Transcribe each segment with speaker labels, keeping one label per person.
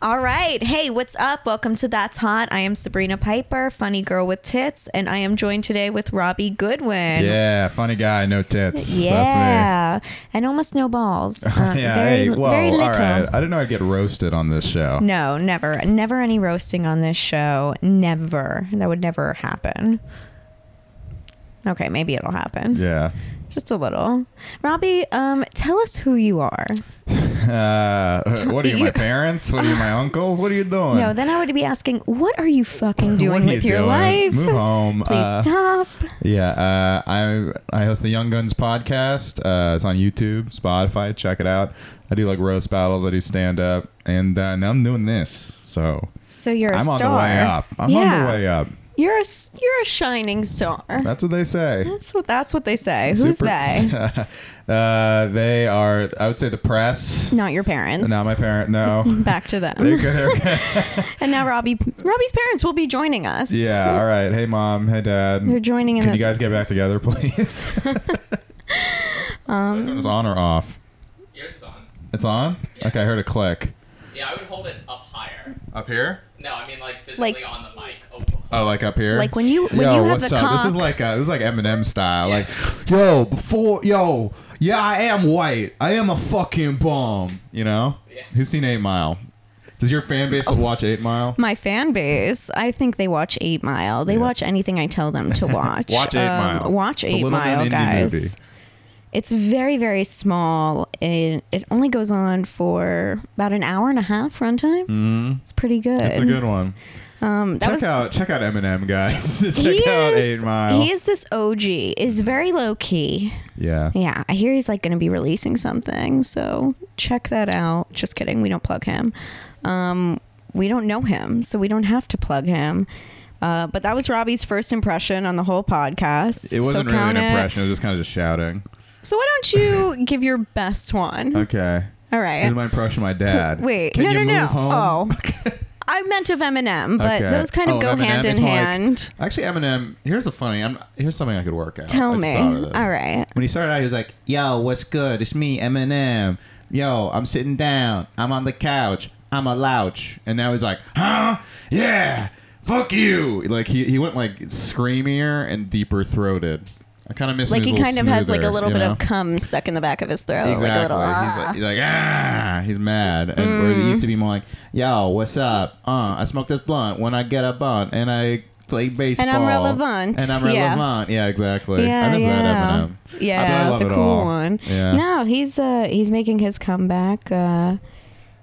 Speaker 1: All right. Hey, what's up? Welcome to That's Hot. I am Sabrina Piper, funny girl with tits, and I am joined today with Robbie Goodwin.
Speaker 2: Yeah, funny guy, no tits. That's me.
Speaker 1: Yeah. and almost no balls. Uh,
Speaker 2: Yeah,
Speaker 1: very,
Speaker 2: hey, well,
Speaker 1: very little.
Speaker 2: all right. I didn't know I'd get roasted on this show.
Speaker 1: No, never, never any roasting on this show. Never. That would never happen. Okay, maybe it'll happen.
Speaker 2: Yeah.
Speaker 1: Just a little. Robbie, um, tell us who you are.
Speaker 2: Uh, what are you,
Speaker 1: You-
Speaker 2: my parents? What are you, my uncles? What are you doing?
Speaker 1: No, then I would be asking, what are you fucking
Speaker 2: What
Speaker 1: doing
Speaker 2: are
Speaker 1: with
Speaker 2: you
Speaker 1: your
Speaker 2: doing?
Speaker 1: life?
Speaker 2: Move home.
Speaker 1: Please
Speaker 2: Uh,
Speaker 1: stop.
Speaker 2: Yeah, uh, I I host the Young Guns podcast. Uh, it's on YouTube, Spotify. Check it out. I do like roast battles. I do stand up, and uh, now I'm doing this. So
Speaker 1: So you're a
Speaker 2: I'm on
Speaker 1: star.
Speaker 2: the way up. I'm on
Speaker 1: Yeah.
Speaker 2: the way up.
Speaker 1: You're a s- you're a shining star.
Speaker 2: That's what they say.
Speaker 1: That's what that's what they say. Who's
Speaker 2: Super-
Speaker 1: they?
Speaker 2: uh, they are. I would say the press.
Speaker 1: Not your parents.
Speaker 2: Not my parent. No.
Speaker 1: Back to
Speaker 2: They're
Speaker 1: them.
Speaker 2: good, they're good.
Speaker 1: and now Robbie Robbie's parents will be joining us.
Speaker 2: Yeah. All right. Hey, mom. Hey, dad.
Speaker 1: They're joining in
Speaker 2: Can you
Speaker 1: this.
Speaker 2: guys get back together, please? um, it's on or off?
Speaker 3: Yours is on.
Speaker 2: It's on. Okay, I heard a click.
Speaker 3: Yeah, I would hold it up higher.
Speaker 2: Up here?
Speaker 3: No, I mean like physically
Speaker 1: Like-
Speaker 3: on the mic. Oh,
Speaker 2: Oh, like up here?
Speaker 1: like when you when
Speaker 2: yo,
Speaker 1: you have
Speaker 2: what's
Speaker 1: the
Speaker 2: up?
Speaker 1: cock.
Speaker 2: This is like uh, this is like Eminem style. Like, yo, before yo, yeah, I am white. I am a fucking bomb. You know?
Speaker 3: Yeah.
Speaker 2: Who's seen Eight Mile? Does your fan base
Speaker 1: Oh.
Speaker 2: watch Eight Mile?
Speaker 1: my fan base, I think they watch Eight Mile. They
Speaker 2: Yeah.
Speaker 1: watch anything I tell them to watch.
Speaker 2: Watch Eight
Speaker 1: Um,
Speaker 2: Mile.
Speaker 1: Watch
Speaker 2: It's a
Speaker 1: Eight
Speaker 2: little known
Speaker 1: Mile,
Speaker 2: indie
Speaker 1: guys.
Speaker 2: movie.
Speaker 1: It's very very small. It it only goes on for about an hour and a half runtime. Mm. It's pretty good.
Speaker 2: It's Mm-hmm. a good one.
Speaker 1: Um, that
Speaker 2: Check
Speaker 1: was
Speaker 2: out check out Eminem, guys. check
Speaker 1: he
Speaker 2: out
Speaker 1: is
Speaker 2: Eight Mile.
Speaker 1: he is this OG. Is very low key.
Speaker 2: yeah.
Speaker 1: Yeah, I hear he's like going to be releasing something, so check that out. Just kidding, we don't plug him. Um, we don't know him, so we don't have to plug him. Uh, but that was Robbie's first impression on the whole podcast.
Speaker 2: It wasn't
Speaker 1: so
Speaker 2: really an
Speaker 1: count it.
Speaker 2: impression. It was just kind of just shouting.
Speaker 1: So why don't you give your best one?
Speaker 2: Okay.
Speaker 1: All
Speaker 2: This is
Speaker 1: right.
Speaker 2: my impression of my dad.
Speaker 1: Wait,
Speaker 2: Can
Speaker 1: no,
Speaker 2: you
Speaker 1: no,
Speaker 2: move
Speaker 1: no.
Speaker 2: Home?
Speaker 1: Oh, I meant of Eminem, but
Speaker 2: Okay.
Speaker 1: those kind of
Speaker 2: Oh,
Speaker 1: go
Speaker 2: Eminem
Speaker 1: hand in
Speaker 2: is more like-
Speaker 1: hand.
Speaker 2: Actually, Eminem. Here's a funny. I'm, here's something I could work out.
Speaker 1: Tell
Speaker 2: I just
Speaker 1: me.
Speaker 2: thought of
Speaker 1: All
Speaker 2: it.
Speaker 1: right.
Speaker 2: When he started out, he was like, "Yo, what's good? It's me, Eminem. Yo, I'm sitting down. I'm on the couch. I'm a louch." And now he's like, "Huh? Yeah. Fuck you." Like he, he went like screamier and deeper throated. I kind of miss.
Speaker 1: Like
Speaker 2: when
Speaker 1: he
Speaker 2: was a
Speaker 1: kind of has like a
Speaker 2: smoother,
Speaker 1: little
Speaker 2: you
Speaker 1: bit
Speaker 2: know?
Speaker 1: of cum stuck in the back of his throat,
Speaker 2: Exactly.
Speaker 1: like a little.
Speaker 2: he's,
Speaker 1: "Ah."
Speaker 2: like, he's like, ah, he's mad. And where he used to be more like, yo, what's up? Uh, I smoke this blunt when I get a blunt and I play baseball.
Speaker 1: relevant.
Speaker 2: And I'm
Speaker 1: Yeah.
Speaker 2: relevant. Yeah, exactly.
Speaker 1: Yeah,
Speaker 2: I miss
Speaker 1: yeah.
Speaker 2: that Eminem. I- but
Speaker 1: Yeah,
Speaker 2: I love
Speaker 1: the
Speaker 2: it
Speaker 1: cool
Speaker 2: all.
Speaker 1: one.
Speaker 2: Yeah.
Speaker 1: No, he's uh he's making his comeback. Uh,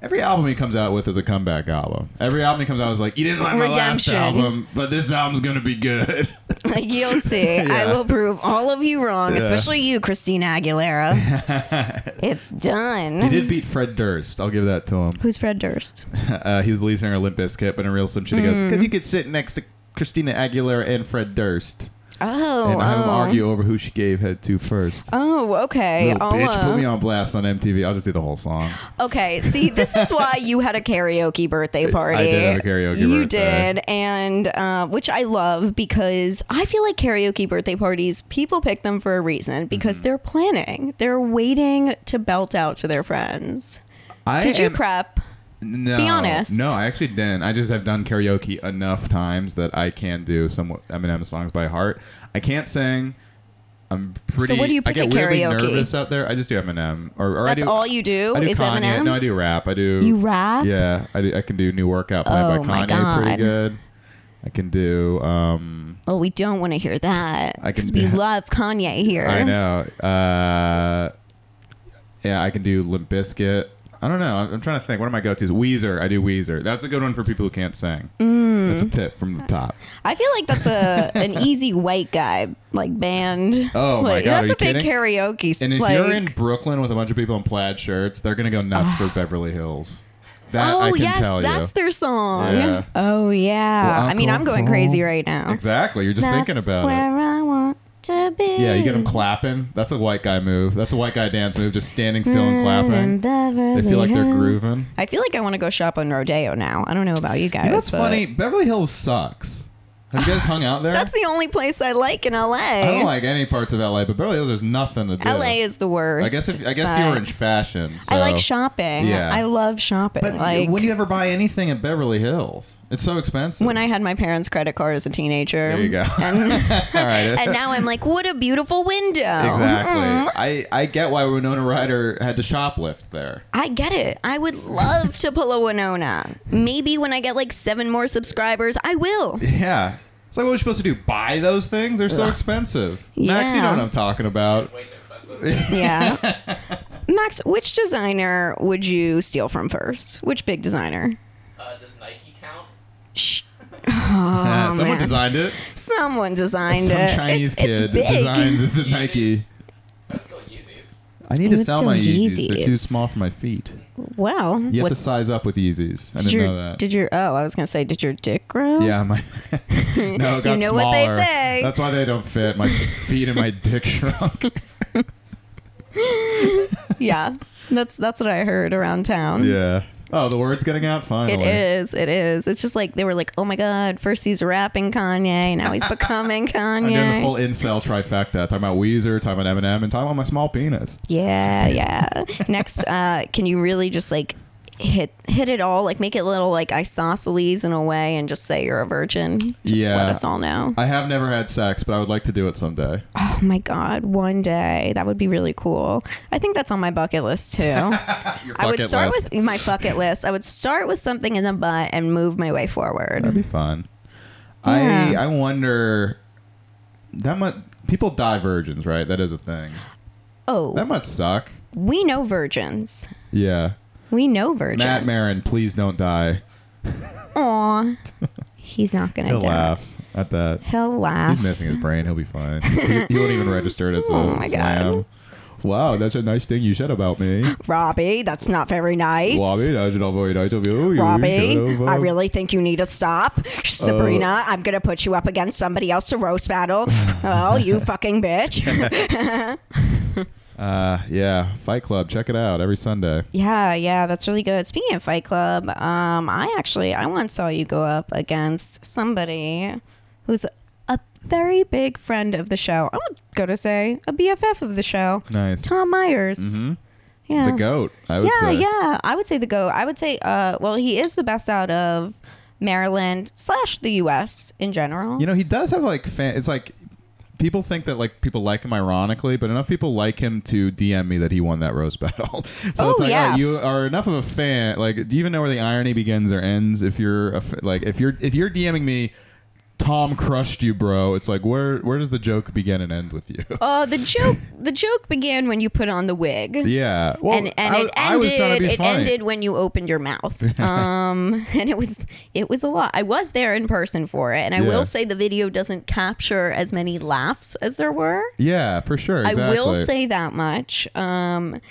Speaker 2: Every album he comes out with is a comeback album. Every album he comes out is like, you didn't like
Speaker 1: Redemption.
Speaker 2: my last album, but this album's going to be good.
Speaker 1: you'll see. I
Speaker 2: Yeah.
Speaker 1: will prove all of you wrong,
Speaker 2: Yeah.
Speaker 1: especially you, Christina Aguilera. it's done.
Speaker 2: he did beat Fred Durst. I'll give that to him.
Speaker 1: Who's Fred Durst?
Speaker 2: Uh, he was the lead singer of Limp Bizkit, but in real simp shit, he
Speaker 1: Mm.
Speaker 2: goes, because you could sit next to Christina Aguilera and Fred Durst.
Speaker 1: Oh,
Speaker 2: and have
Speaker 1: oh.
Speaker 2: them argue over who she gave head to first.
Speaker 1: Oh, okay.
Speaker 2: Little
Speaker 1: I'll,
Speaker 2: bitch,
Speaker 1: uh,
Speaker 2: put me on blast on MTV. I'll just do the whole song.
Speaker 1: Okay, see, this is why you had a karaoke birthday party.
Speaker 2: have a karaoke
Speaker 1: You
Speaker 2: birthday.
Speaker 1: did, and uh, which I love because I feel like karaoke birthday parties, people pick them for a reason because
Speaker 2: Mm-hmm.
Speaker 1: they're planning, they're waiting to belt out to their friends.
Speaker 2: I
Speaker 1: Did you
Speaker 2: am-
Speaker 1: prep?
Speaker 2: No,
Speaker 1: be honest.
Speaker 2: No, I actually didn't. I just have done karaoke enough times that I can do some Eminem songs by heart. I can't sing. I'm pretty.
Speaker 1: what do you
Speaker 2: I
Speaker 1: pick at
Speaker 2: get weirdly
Speaker 1: karaoke?
Speaker 2: nervous out there. I just do Eminem, or, or
Speaker 1: That's
Speaker 2: I do.
Speaker 1: all you do
Speaker 2: I do
Speaker 1: is
Speaker 2: Kanye.
Speaker 1: Eminem.
Speaker 2: No, I do rap. I do.
Speaker 1: You rap?
Speaker 2: Yeah, I, do, I can do "New Workout" played by
Speaker 1: Oh, my
Speaker 2: Kanye pretty
Speaker 1: God.
Speaker 2: good. I can do. um
Speaker 1: oh, we don't want to hear that
Speaker 2: I can-
Speaker 1: because we love Kanye here.
Speaker 2: I know. Uh, yeah, I can do Limp Bizkit. I don't know. I'm, I'm trying to think. What are my go-tos? Weezer. I do Weezer. That's a good one for people who can't sing.
Speaker 1: Mm.
Speaker 2: That's a tip from the top.
Speaker 1: I feel like that's a an easy white guy like band.
Speaker 2: Oh, my
Speaker 1: Like,
Speaker 2: God,
Speaker 1: that's
Speaker 2: are you
Speaker 1: a big
Speaker 2: kidding?
Speaker 1: karaoke. s-
Speaker 2: And if
Speaker 1: like, Ah.
Speaker 2: you're in Brooklyn with a bunch of people in plaid shirts, they're gonna go nuts for Beverly Hills. That
Speaker 1: Oh
Speaker 2: I can
Speaker 1: yes,
Speaker 2: tell
Speaker 1: that's
Speaker 2: you.
Speaker 1: their song.
Speaker 2: Yeah.
Speaker 1: Oh yeah.
Speaker 2: Well,
Speaker 1: I mean, I'm
Speaker 2: Uncle
Speaker 1: going
Speaker 2: Phil.
Speaker 1: crazy right now.
Speaker 2: exactly. You're just
Speaker 1: That's
Speaker 2: thinking about it.
Speaker 1: where I want to be.
Speaker 2: Yeah, you get them clapping. That's a white guy move. That's a white guy dance move. Just standing still and
Speaker 1: In
Speaker 2: clapping.
Speaker 1: Mm, Beverly
Speaker 2: They feel like they're
Speaker 1: Hills.
Speaker 2: grooving.
Speaker 1: I feel like I want to go shop on Rodeo now. I don't know about you guys.
Speaker 2: You know what's
Speaker 1: but-
Speaker 2: funny? Beverly Hills sucks. Have you guys hung out there?
Speaker 1: That's the only place I like in LA.
Speaker 2: I don't like any parts of LA, but Beverly Hills there's nothing to do.
Speaker 1: LA is the worst.
Speaker 2: I guess if, I guess
Speaker 1: but
Speaker 2: you were in fashion. So.
Speaker 1: I like shopping.
Speaker 2: Yeah.
Speaker 1: I love shopping.
Speaker 2: But
Speaker 1: like
Speaker 2: would you ever buy anything at Beverly Hills? It's so expensive.
Speaker 1: when I had my parents' credit card as a teenager.
Speaker 2: there you go. All right.
Speaker 1: And now I'm like, what a beautiful window.
Speaker 2: Exactly.
Speaker 1: Mm.
Speaker 2: I, I get why Winona Ryder had to shoplift there.
Speaker 1: I get it. I would love to pull a Winona. Maybe when I get like seven more subscribers, I will.
Speaker 2: Yeah. It's like, what are we supposed to do? Buy those things? They're so expensive. Max, you know
Speaker 1: Yeah.
Speaker 2: what I'm talking about.
Speaker 3: Way too expensive.
Speaker 1: Yeah. Max, which designer would you steal from first? Which big designer?
Speaker 3: uh, does Nike count?
Speaker 1: Shh.
Speaker 2: Yeah, someone
Speaker 1: Oh, man.
Speaker 2: designed it.
Speaker 1: Someone designed
Speaker 2: Some
Speaker 1: it.
Speaker 2: Chinese
Speaker 1: it's,
Speaker 2: kid
Speaker 1: It's big.
Speaker 2: designed the Nike.
Speaker 3: That's still Yeezys.
Speaker 2: I need to
Speaker 1: What's
Speaker 2: sell
Speaker 1: so
Speaker 2: my Yeezys. They're too
Speaker 1: Yeezys?
Speaker 2: small for my feet.
Speaker 1: Wow.
Speaker 2: You have
Speaker 1: What-
Speaker 2: to size up with Yeezys. I
Speaker 1: did
Speaker 2: didn't
Speaker 1: your,
Speaker 2: know that.
Speaker 1: Did your oh, I was gonna say, did your dick grow?
Speaker 2: yeah, my no, it got
Speaker 1: know what they
Speaker 2: smaller.
Speaker 1: say.
Speaker 2: That's why they don't fit. My feet and my dick shrunk.
Speaker 1: Yeah. That's that's what I heard around town.
Speaker 2: yeah. Oh, the word's getting out
Speaker 1: It
Speaker 2: finally.
Speaker 1: is. It is. It's just like they were like, oh my god, first he's rapping Kanye, now he's becoming Kanye.
Speaker 2: I'm doing Oh, the full incel trifecta. Talking about Weezer, talking about Eminem, and talking about my small penis.
Speaker 1: Yeah, yeah. Next, uh, can you really just like hit hit it all? Like make it little like isosceles in a way, and just say you're a virgin. Just
Speaker 2: Yeah.
Speaker 1: let us all know.
Speaker 2: I have never had sex, but I would like to do it someday.
Speaker 1: Oh my god, one day that would be really cool. I think that's on my bucket list too. I
Speaker 2: Your
Speaker 1: would
Speaker 2: bucket
Speaker 1: start
Speaker 2: list.
Speaker 1: with my bucket list. I would start with something in the butt and move my way forward.
Speaker 2: That'd be fun.
Speaker 1: Yeah.
Speaker 2: I I wonder that much. People die virgins, right? That is a thing. That
Speaker 1: Oh,
Speaker 2: must suck.
Speaker 1: we know virgins.
Speaker 2: Yeah.
Speaker 1: We know virgins.
Speaker 2: Matt Marin, please don't die.
Speaker 1: Aw, he's not gonna
Speaker 2: He'll
Speaker 1: die.
Speaker 2: laugh at that.
Speaker 1: He'll laugh.
Speaker 2: He's missing his brain. He'll be fine. He, he won't even register it as a
Speaker 1: Oh my God.
Speaker 2: slam. Wow, that's a nice thing you said about me.
Speaker 1: Robbie, that's not very nice.
Speaker 2: Robbie, that's not very nice of you. You
Speaker 1: Robbie,
Speaker 2: should have, uh,
Speaker 1: I really think you need to stop. Sabrina, I'm going to put you up against somebody else to roast battle. oh, you fucking bitch.
Speaker 2: Uh, yeah, Fight Club. Check it out every Sunday.
Speaker 1: yeah, yeah, that's really good. Speaking of Fight Club, um, I actually, I once saw you go up against somebody who's a very big friend of the show. I would go to say a BFF of the show.
Speaker 2: Nice. Mm-hmm.
Speaker 1: Tom Myers. Yeah.
Speaker 2: The goat. I would
Speaker 1: yeah,
Speaker 2: say.
Speaker 1: yeah. I would say the goat. I would say, uh, well, he is the best out of Maryland slash the U.S. in general.
Speaker 2: You know, he does have like fan. It's like people think that like people like him ironically, but enough people like him to DM me that he won that roast battle. so
Speaker 1: Oh,
Speaker 2: it's like
Speaker 1: yeah.
Speaker 2: oh, you are enough of a fan. Like, do you even know where the irony begins or ends? If you're a f- like, if you're if you're DMing me. Tom crushed you, bro. It's like where where does the joke begin and end with you?
Speaker 1: Uh, the joke the joke began when you put on the wig.
Speaker 2: yeah, well,
Speaker 1: and and
Speaker 2: I,
Speaker 1: it
Speaker 2: I was trying to
Speaker 1: ended
Speaker 2: be
Speaker 1: it
Speaker 2: funny.
Speaker 1: ended when you opened your mouth. um and it was it was a lot. I was there in person for it and I
Speaker 2: Yeah.
Speaker 1: will say the video doesn't capture as many laughs as there were.
Speaker 2: Yeah, for sure.
Speaker 1: I will
Speaker 2: exactly.
Speaker 1: say that much. Um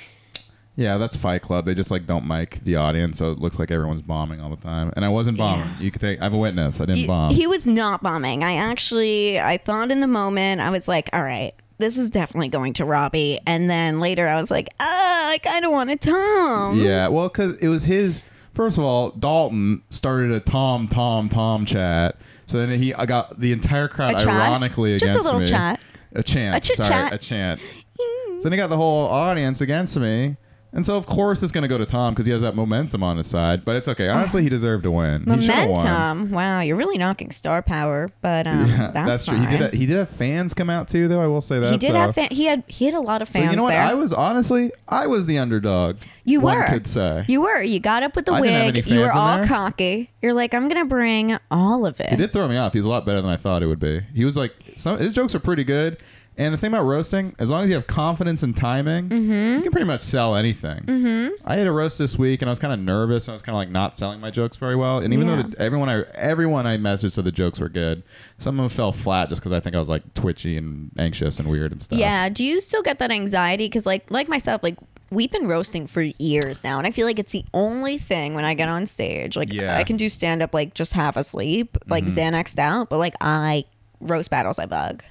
Speaker 2: Yeah, that's Fight Club. They just like don't mic the audience, so it looks like everyone's bombing all the time. And I wasn't bombing.
Speaker 1: Yeah.
Speaker 2: You could take. I'm a witness. I didn't
Speaker 1: You-
Speaker 2: bomb.
Speaker 1: He was not bombing. I actually, I thought in the moment, I was like, all right, this is definitely going to Robbie. And then later I was like, ah, I kind of wanted Tom.
Speaker 2: yeah, well, because it was his. First of all, Dalton started a Tom, Tom, Tom chat. So then he I got the entire crowd
Speaker 1: A chat?
Speaker 2: ironically
Speaker 1: Just a
Speaker 2: against
Speaker 1: little
Speaker 2: me.
Speaker 1: chat.
Speaker 2: A chant.
Speaker 1: A chit
Speaker 2: sorry,
Speaker 1: chat.
Speaker 2: a chant. so then he got the whole audience against me. And so of course it's going to go to Tom because he has that momentum on his side. But it's okay. Honestly, he deserved to win. He should have won.
Speaker 1: Momentum. Wow, you're really knocking star power, but um, that's,
Speaker 2: That's, true. He did.
Speaker 1: fine.
Speaker 2: Have, he did have fans come out too, though. I will say that.
Speaker 1: He did
Speaker 2: so.
Speaker 1: have fan- he had he had a lot of
Speaker 2: So
Speaker 1: fans
Speaker 2: you know what?
Speaker 1: there.
Speaker 2: I was honestly, I was the underdog.
Speaker 1: you
Speaker 2: one
Speaker 1: were
Speaker 2: could say.
Speaker 1: you were you got up with the
Speaker 2: I didn't have any
Speaker 1: wig. You were
Speaker 2: fans in
Speaker 1: all
Speaker 2: there.
Speaker 1: cocky. You're like I'm gonna bring all of it.
Speaker 2: He did throw me off. He was a lot better than I thought he would be. He was like, some his jokes are pretty good. And the thing about roasting, as long as you have confidence and timing,
Speaker 1: Mm-hmm.
Speaker 2: you can pretty much sell anything. Mm-hmm. I had a roast this week, and I was kind of nervous, and I was kind of like not selling my jokes very well. And even
Speaker 1: Yeah.
Speaker 2: though the, everyone I everyone I messaged said the jokes were good, some of them fell flat just because I think I was like twitchy and anxious and weird and stuff.
Speaker 1: Yeah. Do you still get that anxiety? Because like like myself, like we've been roasting for years now, and I feel like it's the only thing when I get on stage. Like
Speaker 2: Yeah. Mm-hmm.
Speaker 1: I can do stand up like just half asleep, like Xanaxed out, but like I roast battles I bug.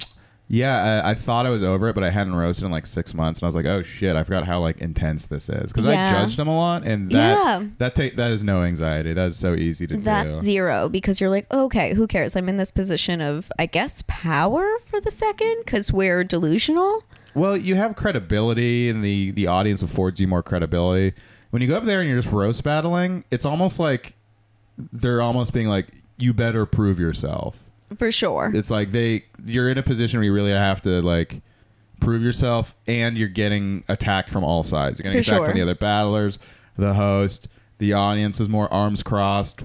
Speaker 2: Yeah, I, I thought I was over it, but I hadn't roasted in like six months, and I was like, "Oh shit, I forgot how like intense this is." Because I
Speaker 1: Yeah.
Speaker 2: judged him a lot, and that
Speaker 1: Yeah.
Speaker 2: that take that is no anxiety. That is so easy to
Speaker 1: That's
Speaker 2: do.
Speaker 1: zero because you're like, okay, who cares? I'm in this position of, I guess, power for the second because we're delusional.
Speaker 2: Well, you have credibility, and the the audience affords you more credibility. When you go up there and you're just roast battling, it's almost like they're almost being like, "You better prove yourself."
Speaker 1: For sure.
Speaker 2: It's like they you're in a position where you really have to like prove yourself, and you're getting attacked from all sides. You're getting
Speaker 1: For
Speaker 2: attacked
Speaker 1: sure.
Speaker 2: from the other battlers, the host, the audience is more arms crossed.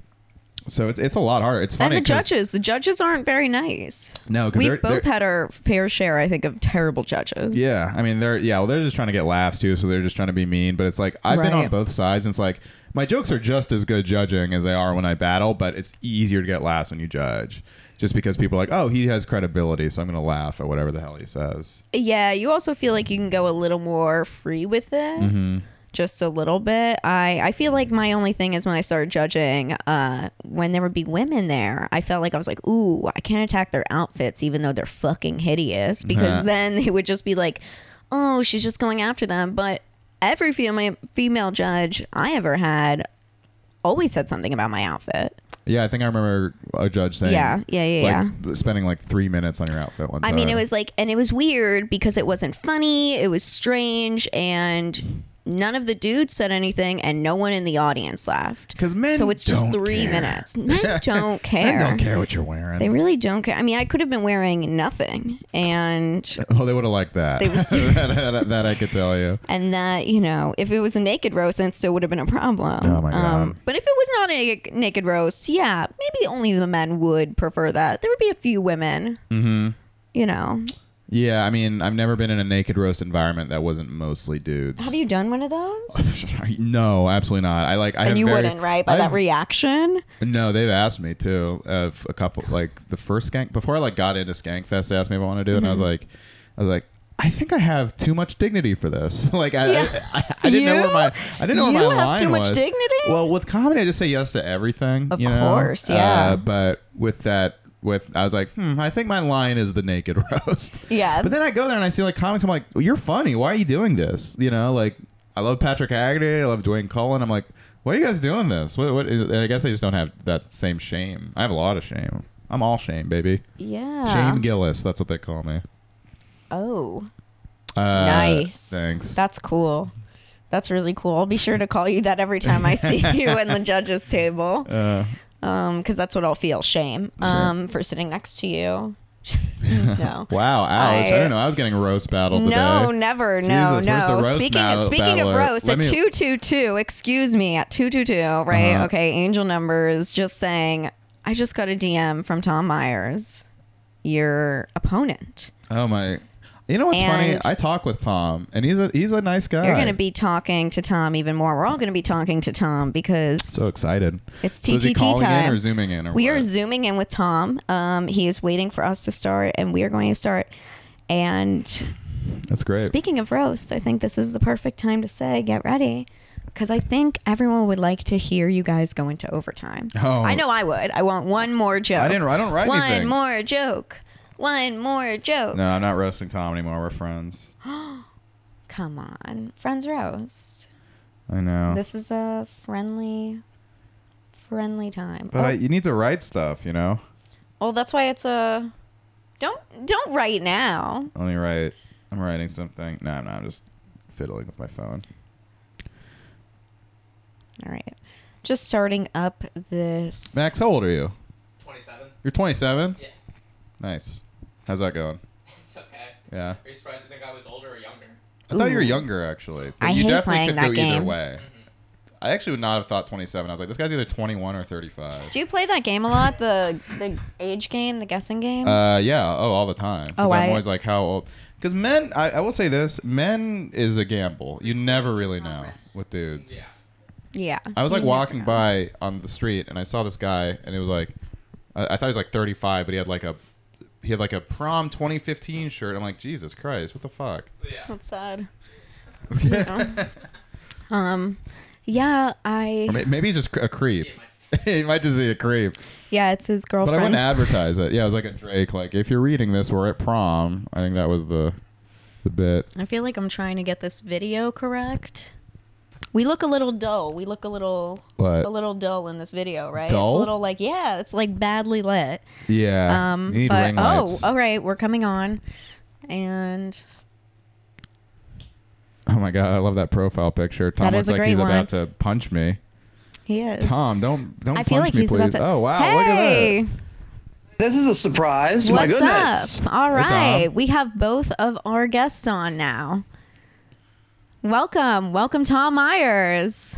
Speaker 2: So it's, it's a lot harder. It's
Speaker 1: and
Speaker 2: funny.
Speaker 1: the
Speaker 2: 'cause-
Speaker 1: judges, the judges aren't very nice.
Speaker 2: No, because
Speaker 1: We've
Speaker 2: they're,
Speaker 1: both
Speaker 2: they're-
Speaker 1: had our fair share, I think, of terrible judges.
Speaker 2: Yeah, I mean they're yeah, well they're just trying to get laughs too, so they're just trying to be mean. But it's like I've been on
Speaker 1: Right.
Speaker 2: both sides, and it's like my jokes are just as good judging as they are when I battle, but it's easier to get laughs when you judge, just because people are like, oh, he has credibility, so I'm gonna laugh at whatever the hell he says.
Speaker 1: Yeah, you also feel like you can go a little more free with it. Just a little bit. I, I feel like my only thing is when I started judging, uh, when there would be women there, I felt like I was like, ooh, I can't attack their outfits even though they're fucking hideous because
Speaker 2: Huh.
Speaker 1: then they would just be like, oh, she's just going after them. But every female female judge I ever had always said something about my outfit.
Speaker 2: Yeah, I think I remember a judge saying,
Speaker 1: Yeah, yeah, yeah, yeah.
Speaker 2: like, spending like three minutes on your outfit one
Speaker 1: I
Speaker 2: time.
Speaker 1: mean, it was like, and it was weird because it wasn't funny. It was strange, and none of the dudes said anything, and no one in the audience laughed.
Speaker 2: because men.
Speaker 1: So it's just
Speaker 2: don't
Speaker 1: three
Speaker 2: care.
Speaker 1: minutes. Men don't care.
Speaker 2: Men don't care what you're wearing.
Speaker 1: They really don't care. I mean, I could have been wearing nothing, and
Speaker 2: oh, they would have liked that.
Speaker 1: They was-
Speaker 2: that, that- that I could tell you.
Speaker 1: and that you know, if it was a naked roast, then it still would have been a problem. Um,
Speaker 2: Oh, my God.
Speaker 1: but if it was not a naked roast, yeah, maybe only the men would prefer that. There would be a few women. Mm-hmm. You know,
Speaker 2: Yeah, I mean, I've never been in a naked roast environment that wasn't mostly dudes.
Speaker 1: have you done one of those?
Speaker 2: no, absolutely not. I like. I have
Speaker 1: and you
Speaker 2: very-
Speaker 1: wouldn't, right? By
Speaker 2: I
Speaker 1: that
Speaker 2: have-
Speaker 1: reaction,
Speaker 2: No, they've asked me too. Of a couple, like the first skank before I like got into Skankfest, they asked me if I want to do it, and I
Speaker 1: Mm-hmm.
Speaker 2: was like, I was like, I think I have too much dignity for this. like I,
Speaker 1: Yeah.
Speaker 2: I, I, I didn't know where
Speaker 1: You-
Speaker 2: my, I didn't know where
Speaker 1: you
Speaker 2: my
Speaker 1: have
Speaker 2: line
Speaker 1: too much
Speaker 2: was.
Speaker 1: dignity?
Speaker 2: Well, with comedy, I just say yes to everything.
Speaker 1: Of
Speaker 2: you know?
Speaker 1: course, yeah.
Speaker 2: Uh, but with that. With I was like, hmm, I think my line is the naked roast.
Speaker 1: Yeah.
Speaker 2: But then I go there and I see like comics. I'm like, well, you're funny. Why are you doing this? You know, like I love Patrick Haggerty. I love Dwayne Cullen. I'm like, why are you guys doing this? What? What? Is, and I guess I just don't have that same shame. I have a lot of shame. I'm all shame, baby.
Speaker 1: yeah.
Speaker 2: Shame Gillis. That's what they call me.
Speaker 1: oh,
Speaker 2: Uh,
Speaker 1: nice.
Speaker 2: Thanks.
Speaker 1: That's cool. That's really cool. I'll be sure to call you that every time I see you in the judges' table,
Speaker 2: uh,
Speaker 1: um, because that's what I'll feel shame, um, for sitting next to you. no.
Speaker 2: wow. Ouch. I,
Speaker 1: I-
Speaker 2: don't know. I was getting roast battle today.
Speaker 1: No, never, no,
Speaker 2: Jesus, where's the
Speaker 1: no.
Speaker 2: roast
Speaker 1: Speaking
Speaker 2: battle-
Speaker 1: speaking of
Speaker 2: battler?
Speaker 1: roast,
Speaker 2: Let
Speaker 1: at
Speaker 2: me-
Speaker 1: two two two, excuse me, at two two two, right?
Speaker 2: Uh-huh.
Speaker 1: Okay, angel numbers. Just saying, I just got a DM from Tom Myers, your opponent.
Speaker 2: Oh my. You know what's funny?
Speaker 1: And-
Speaker 2: I talk with Tom, and he's a he's a nice guy.
Speaker 1: You're going to be talking to Tom even more. We're all going to be talking to Tom because
Speaker 2: so excited.
Speaker 1: It's
Speaker 2: so is he
Speaker 1: TTT
Speaker 2: calling in
Speaker 1: time.
Speaker 2: or zooming in? Or
Speaker 1: we
Speaker 2: what?
Speaker 1: are zooming in with Tom. Um, he is waiting for us to start, and we are going to start. And
Speaker 2: That's great.
Speaker 1: speaking of roast, I think this is the perfect time to say get ready. Because I think everyone would like to hear you guys go into overtime.
Speaker 2: Oh.
Speaker 1: I know I would. I want one more joke.
Speaker 2: I didn't. I don't write
Speaker 1: One
Speaker 2: anything.
Speaker 1: more joke. One more joke.
Speaker 2: No, I'm not roasting Tom anymore. We're friends.
Speaker 1: Come on. Friends roast.
Speaker 2: I know.
Speaker 1: This is a friendly, friendly time.
Speaker 2: but
Speaker 1: Oh,
Speaker 2: I, you need to write stuff, you know?
Speaker 1: Well, that's why it's a don't don't right now.
Speaker 2: Let me write. I'm writing something. No, I'm not. I'm just fiddling with my phone.
Speaker 1: All right. Just starting up this.
Speaker 2: Max, how old are you?
Speaker 3: 27?
Speaker 2: You're 27?
Speaker 3: Yeah.
Speaker 2: Nice. How's that going?
Speaker 3: It's okay.
Speaker 2: Yeah.
Speaker 3: Are you surprised you think I was older or younger?
Speaker 2: I thought you were
Speaker 1: Ooh.
Speaker 2: younger, actually.
Speaker 1: I
Speaker 2: you
Speaker 1: hate
Speaker 2: definitely
Speaker 1: playing
Speaker 2: could
Speaker 1: that
Speaker 2: go either
Speaker 1: game.
Speaker 2: way. I actually would not have thought 27. I was like, this guy's either 21 or 35.
Speaker 1: Do you play that game a lot? The the age game, the guessing game.
Speaker 2: Uh, yeah. Oh, all the time. 'Cause
Speaker 1: Oh,
Speaker 2: I'm
Speaker 1: I-
Speaker 2: always like, how old? Because men, I, I will say this men is a gamble. You never really know with dudes.
Speaker 3: Yeah.
Speaker 1: yeah.
Speaker 2: I was like
Speaker 1: You never
Speaker 2: walking
Speaker 1: know.
Speaker 2: by on the street and I saw this guy and it was like I, I thought he was like 35 but he had like a he had like a prom 2015 shirt. I'm like Jesus Christ, what the fuck?
Speaker 3: Yeah.
Speaker 1: That's sad. You know? um. Yeah, I.
Speaker 2: Or may- maybe he's just a creep.
Speaker 3: Yeah, my-
Speaker 2: he might just be a creep.
Speaker 1: Yeah, it's his
Speaker 2: But I
Speaker 1: girlfriend.
Speaker 2: wouldn't advertise it. Yeah, it was like a Drake. Like, if you're reading this, we're at prom. I think that was the the bit.
Speaker 1: I feel like I'm trying to get this video correct. We look a little dull. We look a little
Speaker 2: What?
Speaker 1: a little dull in this video, right? It's
Speaker 2: Dull?
Speaker 1: a little like yeah, it's like badly lit.
Speaker 2: Yeah.
Speaker 1: Um,
Speaker 2: you need
Speaker 1: but
Speaker 2: ring
Speaker 1: oh,
Speaker 2: lights.
Speaker 1: all right, we're coming on, and
Speaker 2: Oh my god, I love that profile picture. Tom
Speaker 1: That
Speaker 2: looks
Speaker 1: is a
Speaker 2: like
Speaker 1: great
Speaker 2: he's
Speaker 1: one.
Speaker 2: about to punch me.
Speaker 1: he is.
Speaker 2: Tom, don't don't
Speaker 1: I
Speaker 2: punch
Speaker 1: feel like
Speaker 2: me,
Speaker 1: he's
Speaker 2: please.
Speaker 1: about to.
Speaker 2: oh wow, look at
Speaker 1: Hey,
Speaker 2: that. Oh,
Speaker 4: This is a surprise. My
Speaker 1: what's
Speaker 4: goodness.
Speaker 1: up? All
Speaker 2: Hey, Tom.
Speaker 1: right, we have both of our guests on now. Welcome, welcome, Tom Myers.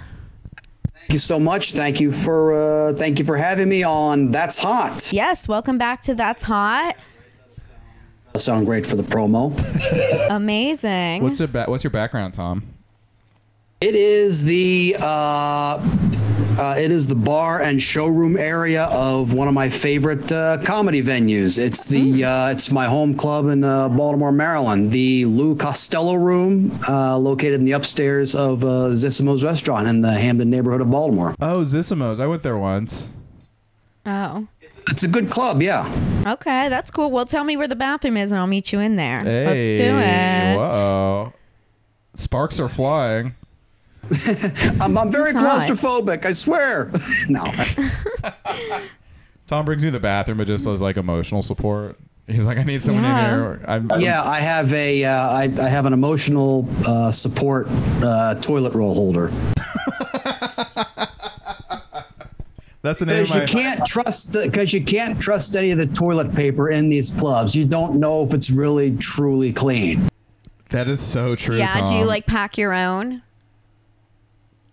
Speaker 4: Thank you so much. Thank you for uh, thank you for having me on That's Hot.
Speaker 1: Yes, welcome back to That's Hot.
Speaker 4: That'll sound great for the promo.
Speaker 1: Amazing.
Speaker 2: What's your ba- what's your background, Tom?
Speaker 4: It is the uh, uh, it is the bar and showroom area of one of my favorite uh, comedy venues. It's
Speaker 1: Hmm.
Speaker 4: the uh, it's my home club in uh, Baltimore, Maryland. The Lou Costello Room, uh, located in the upstairs of uh, Zissimo's Restaurant in the Hamden neighborhood of Baltimore.
Speaker 2: Oh, Zissimo's. I went there once.
Speaker 1: oh,
Speaker 4: It's a good club, yeah.
Speaker 1: okay, that's cool. Well, tell me where the bathroom is, and I'll meet you in there.
Speaker 2: Hey,
Speaker 1: Let's do it.
Speaker 2: Whoa. Sparks are flying.
Speaker 4: I'm, I'm very
Speaker 1: It's hot.
Speaker 4: claustrophobic. I swear. no.
Speaker 2: Tom brings me the bathroom, but just as like emotional support. He's like, I need someone
Speaker 1: Yeah.
Speaker 2: in here. I'm,
Speaker 4: Yeah, I have a uh, I, I have an emotional uh, support uh, toilet roll holder.
Speaker 2: that's the name of
Speaker 4: Because
Speaker 2: my.
Speaker 4: you can't trust because you can't trust any of the toilet paper in these clubs. You don't know if it's really truly clean.
Speaker 2: That is so true.
Speaker 1: Yeah, do you
Speaker 2: Tom.
Speaker 1: like pack your own?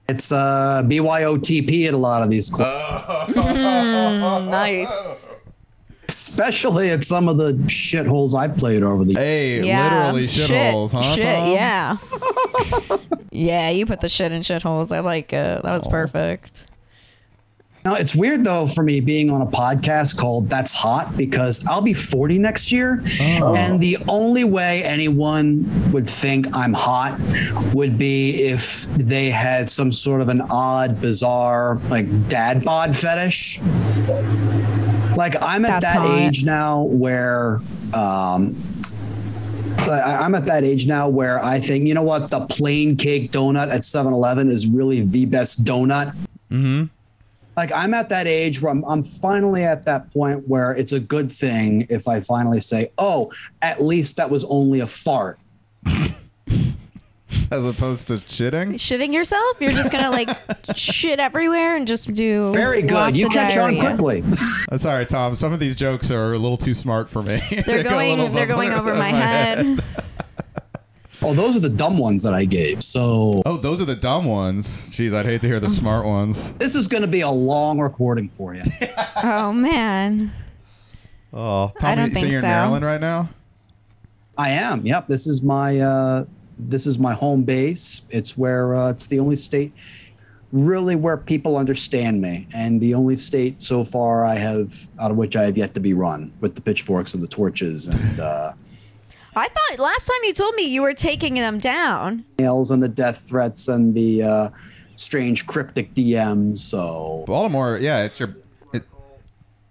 Speaker 4: It's uh, BYOTP at a lot of these clubs,
Speaker 1: Nice.
Speaker 4: especially at some of the shitholes I played over the.
Speaker 2: Hey, literally shitholes, huh?
Speaker 1: Shit,
Speaker 2: Tom?
Speaker 1: yeah. yeah, you put the shit in shitholes. I like it. That was perfect.
Speaker 4: Now it's weird though for me being on a podcast called That's Hot because I'll be 40 next year. And the only way anyone would think I'm hot would be if they had some sort of an odd, bizarre, like dad bod fetish. Like I'm at
Speaker 1: That's
Speaker 4: that
Speaker 1: hot.
Speaker 4: age now where um I- I'm at that age now where I think, you know what, the plain cake donut at 7 Eleven is really the best donut like I'm at that age where I'm, I'm finally at that point where it's a good thing if I finally say, oh, at least that was only a fart.
Speaker 2: As opposed to shitting.
Speaker 1: Shitting yourself? You're just gonna like shit everywhere and just do
Speaker 4: Very good.
Speaker 1: lots
Speaker 4: you
Speaker 1: of
Speaker 4: catch on
Speaker 1: diarrhea.
Speaker 4: quickly.
Speaker 2: Uh, sorry, Tom. Some of these jokes are a little too smart for me.
Speaker 1: They're going. They're going over my head.
Speaker 4: oh, those are the dumb ones that I gave. So
Speaker 2: Oh, those are the dumb ones. Jeez, I'd hate to hear the smart ones.
Speaker 4: this is going to be a long recording for you.
Speaker 1: Oh man.
Speaker 2: Oh, Tom,
Speaker 1: I don't
Speaker 2: you- so
Speaker 1: think
Speaker 2: you're
Speaker 1: so.
Speaker 2: in Maryland right now?
Speaker 4: I am. Yep. This is my uh, this is my home base. It's where uh, it's the only state really where people understand me and the only state so far I have out of which I have yet to be run with the pitchforks and the torches and uh,
Speaker 1: I thought last time you told me you were taking them down.
Speaker 4: emails and the death threats and the uh, strange cryptic DMs. So
Speaker 2: Baltimore. Yeah, it's your. It,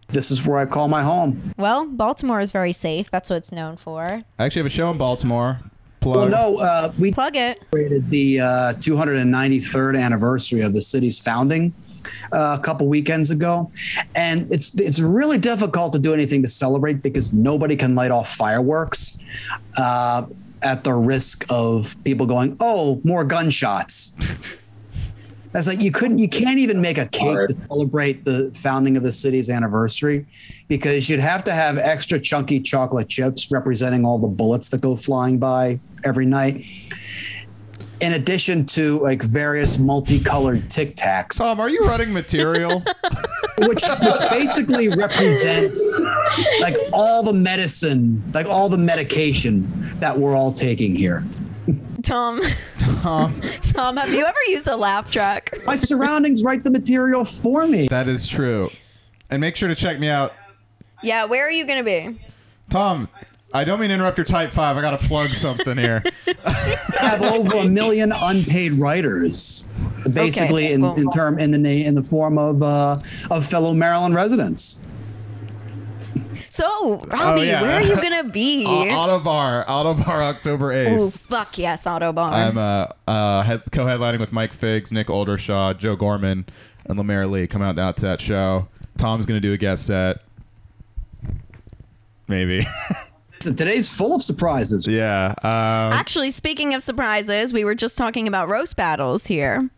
Speaker 4: this is where I call my home.
Speaker 1: Well, Baltimore is very safe. That's what it's known for.
Speaker 2: I actually have a show in Baltimore. Plug.
Speaker 4: Well, no, uh, we
Speaker 1: Plug it.
Speaker 4: celebrated the uh, 293rd anniversary of the city's founding. Uh, a couple weekends ago, and it's it's really difficult to do anything to celebrate because nobody can light off fireworks, uh, at the risk of people going, "Oh, more gunshots." That's like you couldn't, you can't even make a cake to celebrate the founding of the city's anniversary, because you'd have to have extra chunky chocolate chips representing all the bullets that go flying by every night. In addition to like various multicolored Tic Tacs,
Speaker 2: Tom, are you running material?
Speaker 4: which which basically represents like all the medicine, like all the medication that we're all taking here.
Speaker 1: Tom. Tom. Tom, have you ever used a laugh track?
Speaker 4: My surroundings write the material for me.
Speaker 2: that is true. And make sure to check me out,
Speaker 1: Yeah, where are you gonna be?
Speaker 2: Tom. I don't mean to interrupt your type five. I gotta plug something here.
Speaker 4: I have over a million unpaid writers. basically in,
Speaker 1: well-
Speaker 4: in term in the na- in the form of uh, of fellow Maryland residents.
Speaker 1: So, Robbie,
Speaker 2: Oh, yeah. Uh,
Speaker 1: where are you gonna be?
Speaker 2: Autobar, Autobar, October eighth.
Speaker 1: Ooh, fuck yes, Autobahn.
Speaker 2: I'm uh, uh, head, co-headlining with Mike Figs, Nick Oldershaw, Joe Gorman, and Lamar Lee. Come out, out to that show. Tom's gonna do a guest set. Maybe.
Speaker 4: So today's full of surprises.
Speaker 2: yeah. Um,
Speaker 1: Actually, speaking of surprises, we were just talking about roast battles here.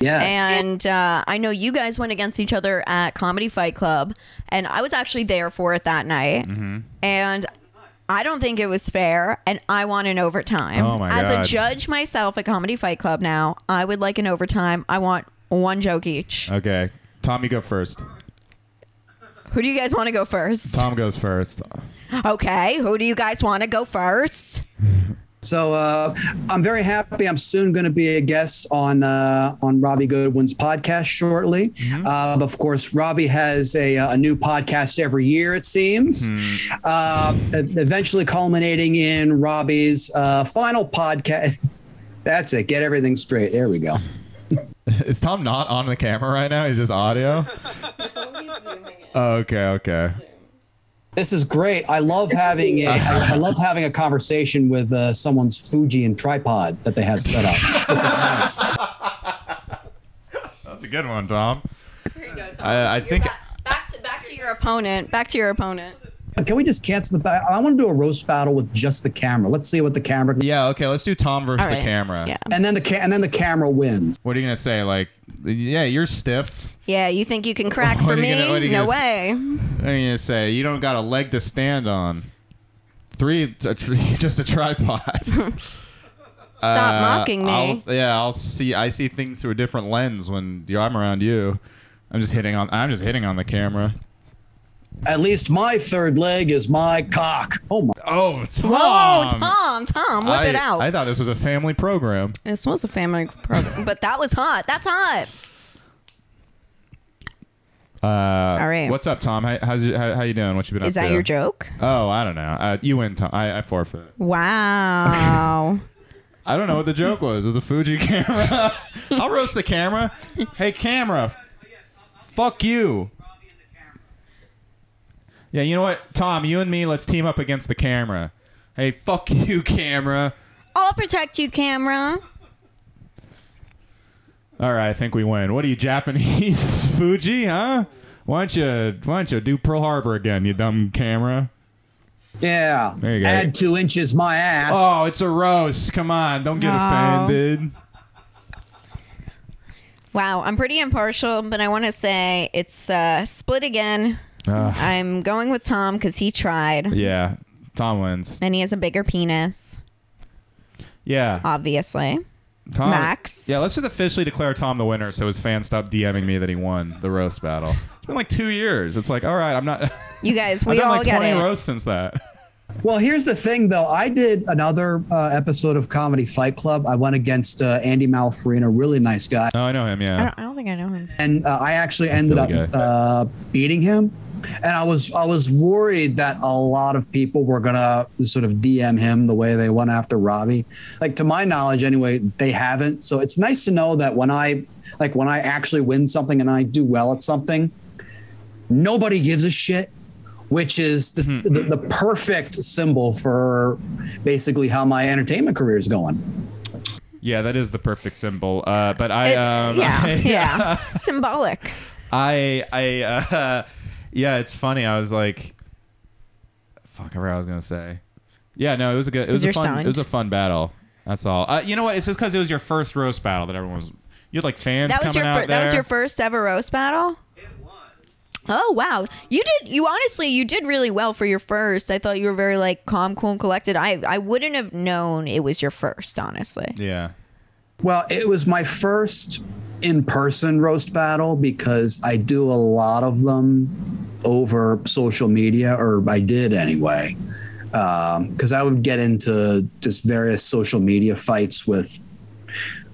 Speaker 4: Yes.
Speaker 1: And uh, I know you guys went against each other at Comedy Fight Club, and I was actually there for it that night.
Speaker 2: Mm-hmm.
Speaker 1: And I don't think it was fair, and I want an overtime.
Speaker 2: Oh my
Speaker 1: As
Speaker 2: God.
Speaker 1: a judge myself at Comedy Fight Club now, I would like an overtime. I want one joke each.
Speaker 2: okay. Tom, you go first.
Speaker 1: Who do you guys want to go first?
Speaker 2: Tom goes first.
Speaker 1: Okay, who do you guys want to go first?
Speaker 4: So uh, I'm very happy. I'm soon going to be a guest on uh, on Robbie Goodwin's podcast shortly. Uh, of course, Robbie has a, uh, a new podcast every year. It seems, uh, e- eventually culminating in Robbie's uh, final podcast. That's it. Get everything straight. There we go.
Speaker 2: Is Tom not on the camera right now? He's just audio. okay. Okay.
Speaker 4: This is great. I love having a, I, I love having a conversation with uh, someone's Fuji and tripod that they have set up. This is nice.
Speaker 2: That's a good one, Tom.
Speaker 1: Here you go, Tom.
Speaker 2: I, I
Speaker 1: You're
Speaker 2: think.
Speaker 1: back, back to back to your opponent. Back to your opponent.
Speaker 4: Can we just cancel the? ba- I want to do a roast battle with just the camera. Let's see what the camera.
Speaker 2: Yeah. Okay. Let's do Tom versus
Speaker 1: All
Speaker 2: the
Speaker 1: right.
Speaker 2: camera.
Speaker 1: Yeah.
Speaker 4: And then the ca- and then the camera wins.
Speaker 2: What are you gonna say? Like, yeah, you're stiff.
Speaker 1: Yeah, you think you can crack
Speaker 2: What
Speaker 1: for
Speaker 2: are you
Speaker 1: me?
Speaker 2: gonna- what are you
Speaker 1: no
Speaker 2: gonna
Speaker 1: way.
Speaker 2: What are you gonna say? You don't got a leg to stand on. Three, a tr- just a tripod.
Speaker 1: Stop
Speaker 2: Uh,
Speaker 1: mocking me.
Speaker 2: I'll- yeah, I'll see. I see things through a different lens when you- I'm around you. I'm just hitting on. I'm just hitting on the camera.
Speaker 4: At least my third leg is my cock. Oh my!
Speaker 2: Oh, Tom!
Speaker 1: Oh, Tom, Tom, whip
Speaker 2: I,
Speaker 1: it out.
Speaker 2: I thought this was a family program.
Speaker 1: this was a family program, but that was hot. That's hot.
Speaker 2: Uh,
Speaker 1: All right.
Speaker 2: What's up, Tom? How, how's you, how, how you doing? What you been up
Speaker 1: Is
Speaker 2: to?
Speaker 1: that your joke?
Speaker 2: Oh, I don't know. Uh, you win, Tom. I, I forfeit.
Speaker 1: Wow.
Speaker 2: I don't know what the joke was. It was a Fuji camera. I'll roast the camera. Hey, camera. Fuck you. Yeah, you know what, Tom? You and me, let's team up against the camera. Hey, fuck you, camera.
Speaker 1: I'll protect you, camera.
Speaker 2: All right, I think we win. What are you, Japanese Fuji? Huh? Why don't you Why don't you do Pearl Harbor again, you dumb camera?
Speaker 4: Yeah.
Speaker 2: There you go.
Speaker 4: Add two inches, my ass.
Speaker 2: Oh, it's a roast. Come on, don't get
Speaker 1: No.
Speaker 2: offended.
Speaker 1: Wow, I'm pretty impartial, but I want to say it's uh, split again.
Speaker 2: Ugh.
Speaker 1: I'm going with Tom because he tried,
Speaker 2: Ah, yeah, Tom wins.
Speaker 1: and he has a bigger penis,
Speaker 2: Yeah,
Speaker 1: obviously.
Speaker 2: Tom,
Speaker 1: Max.
Speaker 2: Yeah, let's just officially declare Tom the winner so his fans stop DMing me that he won the roast battle. It's been like two years. It's like, all right, I'm not.
Speaker 1: You guys,
Speaker 2: I've
Speaker 1: we
Speaker 2: done
Speaker 1: all
Speaker 2: like
Speaker 1: get
Speaker 2: 20
Speaker 1: it.
Speaker 2: roasts since that.
Speaker 4: Well, here's the thing, though. I did another uh, episode of Comedy Fight Club. I went against uh, Andy Malfarina, really nice guy,
Speaker 2: Oh, I know him.
Speaker 1: I
Speaker 2: Yeah.
Speaker 1: don't, I don't think I know him.
Speaker 4: and uh, I actually ended
Speaker 2: Really
Speaker 4: up
Speaker 2: guy.
Speaker 4: uh, beating him. And I was I was worried that a lot of people were gonna sort of DM him the way they went after Robbie. Like to my knowledge, anyway, they haven't. So it's nice to know that when I like when I actually win something and I do well at something, nobody gives a shit, which is just the, the perfect symbol for basically how my entertainment career is going.
Speaker 2: Yeah, that is the perfect symbol. Uh, but I, um,
Speaker 1: yeah,
Speaker 2: I,
Speaker 1: yeah. Symbolic.
Speaker 2: I, I, uh, yeah, it's funny. I was like, fuck, I forgot what I was gonna say. Yeah, no, it was a good. It was
Speaker 1: your
Speaker 2: a fun.
Speaker 1: sound-
Speaker 2: It was a fun battle. That's all. Uh, you know what? It's just because it was your first roast battle that everyone was. You had like fans
Speaker 1: That was
Speaker 2: coming
Speaker 1: your
Speaker 2: out
Speaker 1: fir- that was
Speaker 2: there.
Speaker 1: your first ever roast battle. It was. Oh wow, you did you honestly you did really well for your first. I thought you were very like calm, cool, and collected. I I wouldn't have known it was your first, honestly.
Speaker 2: yeah.
Speaker 4: Well, it was my first in person roast battle because I do a lot of them over social media, or I did anyway. Because I would get into just various social media fights with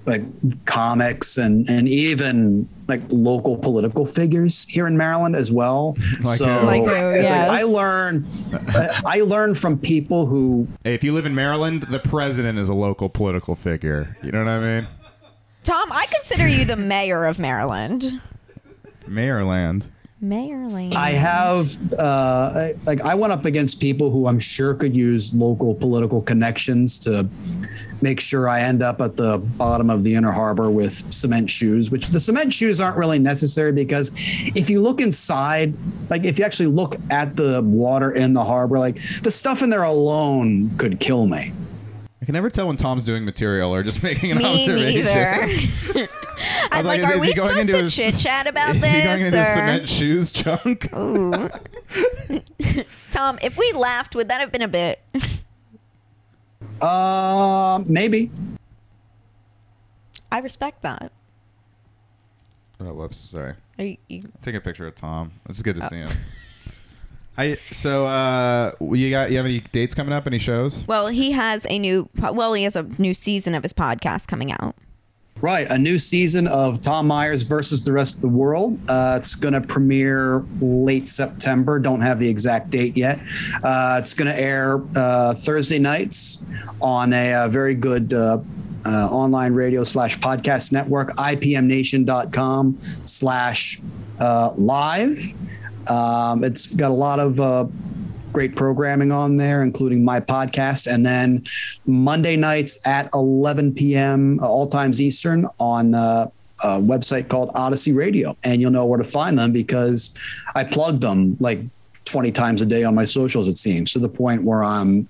Speaker 4: like comics and, and even like local political figures here in Maryland as well.
Speaker 2: Like
Speaker 4: so
Speaker 2: who?
Speaker 1: Like who,
Speaker 4: it's
Speaker 1: yes.
Speaker 4: like I learn, I learn from people who
Speaker 2: Hey, if you live in Maryland, the president is a local political figure. You know what I mean?
Speaker 1: Tom, I consider you the mayor of Maryland.
Speaker 2: Mayorland.
Speaker 1: Mayorland.
Speaker 4: I have uh, I- like I went up against people who I'm sure could use local political connections to make sure I end up at the bottom of the inner harbor with cement shoes, which the cement shoes aren't really necessary because if you look inside, like if you actually look at the water in the harbor, like the stuff in there alone could kill me.
Speaker 2: I can never tell when Tom's doing material or just making an
Speaker 1: Me
Speaker 2: observation.
Speaker 1: neither.
Speaker 2: I
Speaker 1: I'm
Speaker 2: was
Speaker 1: like,
Speaker 2: is-
Speaker 1: are
Speaker 2: is he
Speaker 1: we
Speaker 2: going
Speaker 1: supposed
Speaker 2: into
Speaker 1: to
Speaker 2: his-
Speaker 1: chit chat about
Speaker 2: Is
Speaker 1: this?
Speaker 2: he going into
Speaker 1: or-
Speaker 2: his cement shoes chunk?
Speaker 1: Ooh. Tom, if we laughed, would that have been a bit?
Speaker 4: Uh, maybe.
Speaker 1: I respect that.
Speaker 2: Oh, whoops. Sorry.
Speaker 1: Are you- you-
Speaker 2: Take a picture of Tom. It's good
Speaker 1: Uh.
Speaker 2: to see him. I so uh you got you have any dates coming up? Any shows?
Speaker 1: well, he has a new. po- Well, he has a new season of his podcast coming out.
Speaker 4: Right, a new season of Tom Myers versus the rest of the world. Uh, it's going to premiere late September. Don't have the exact date yet. Uh, it's going to air uh, Thursday nights on a, uh very good uh, uh, online radio slash podcast network, ipmnation.com slash uh, live. Um, it's got a lot of uh, great programming on there, including my podcast. And then Monday nights at 11 p.m., uh, all times Eastern, on uh, a website called Odyssey Radio. And you'll know where to find them because I plug them like 20 times a day on my socials, it seems, to the point where I'm.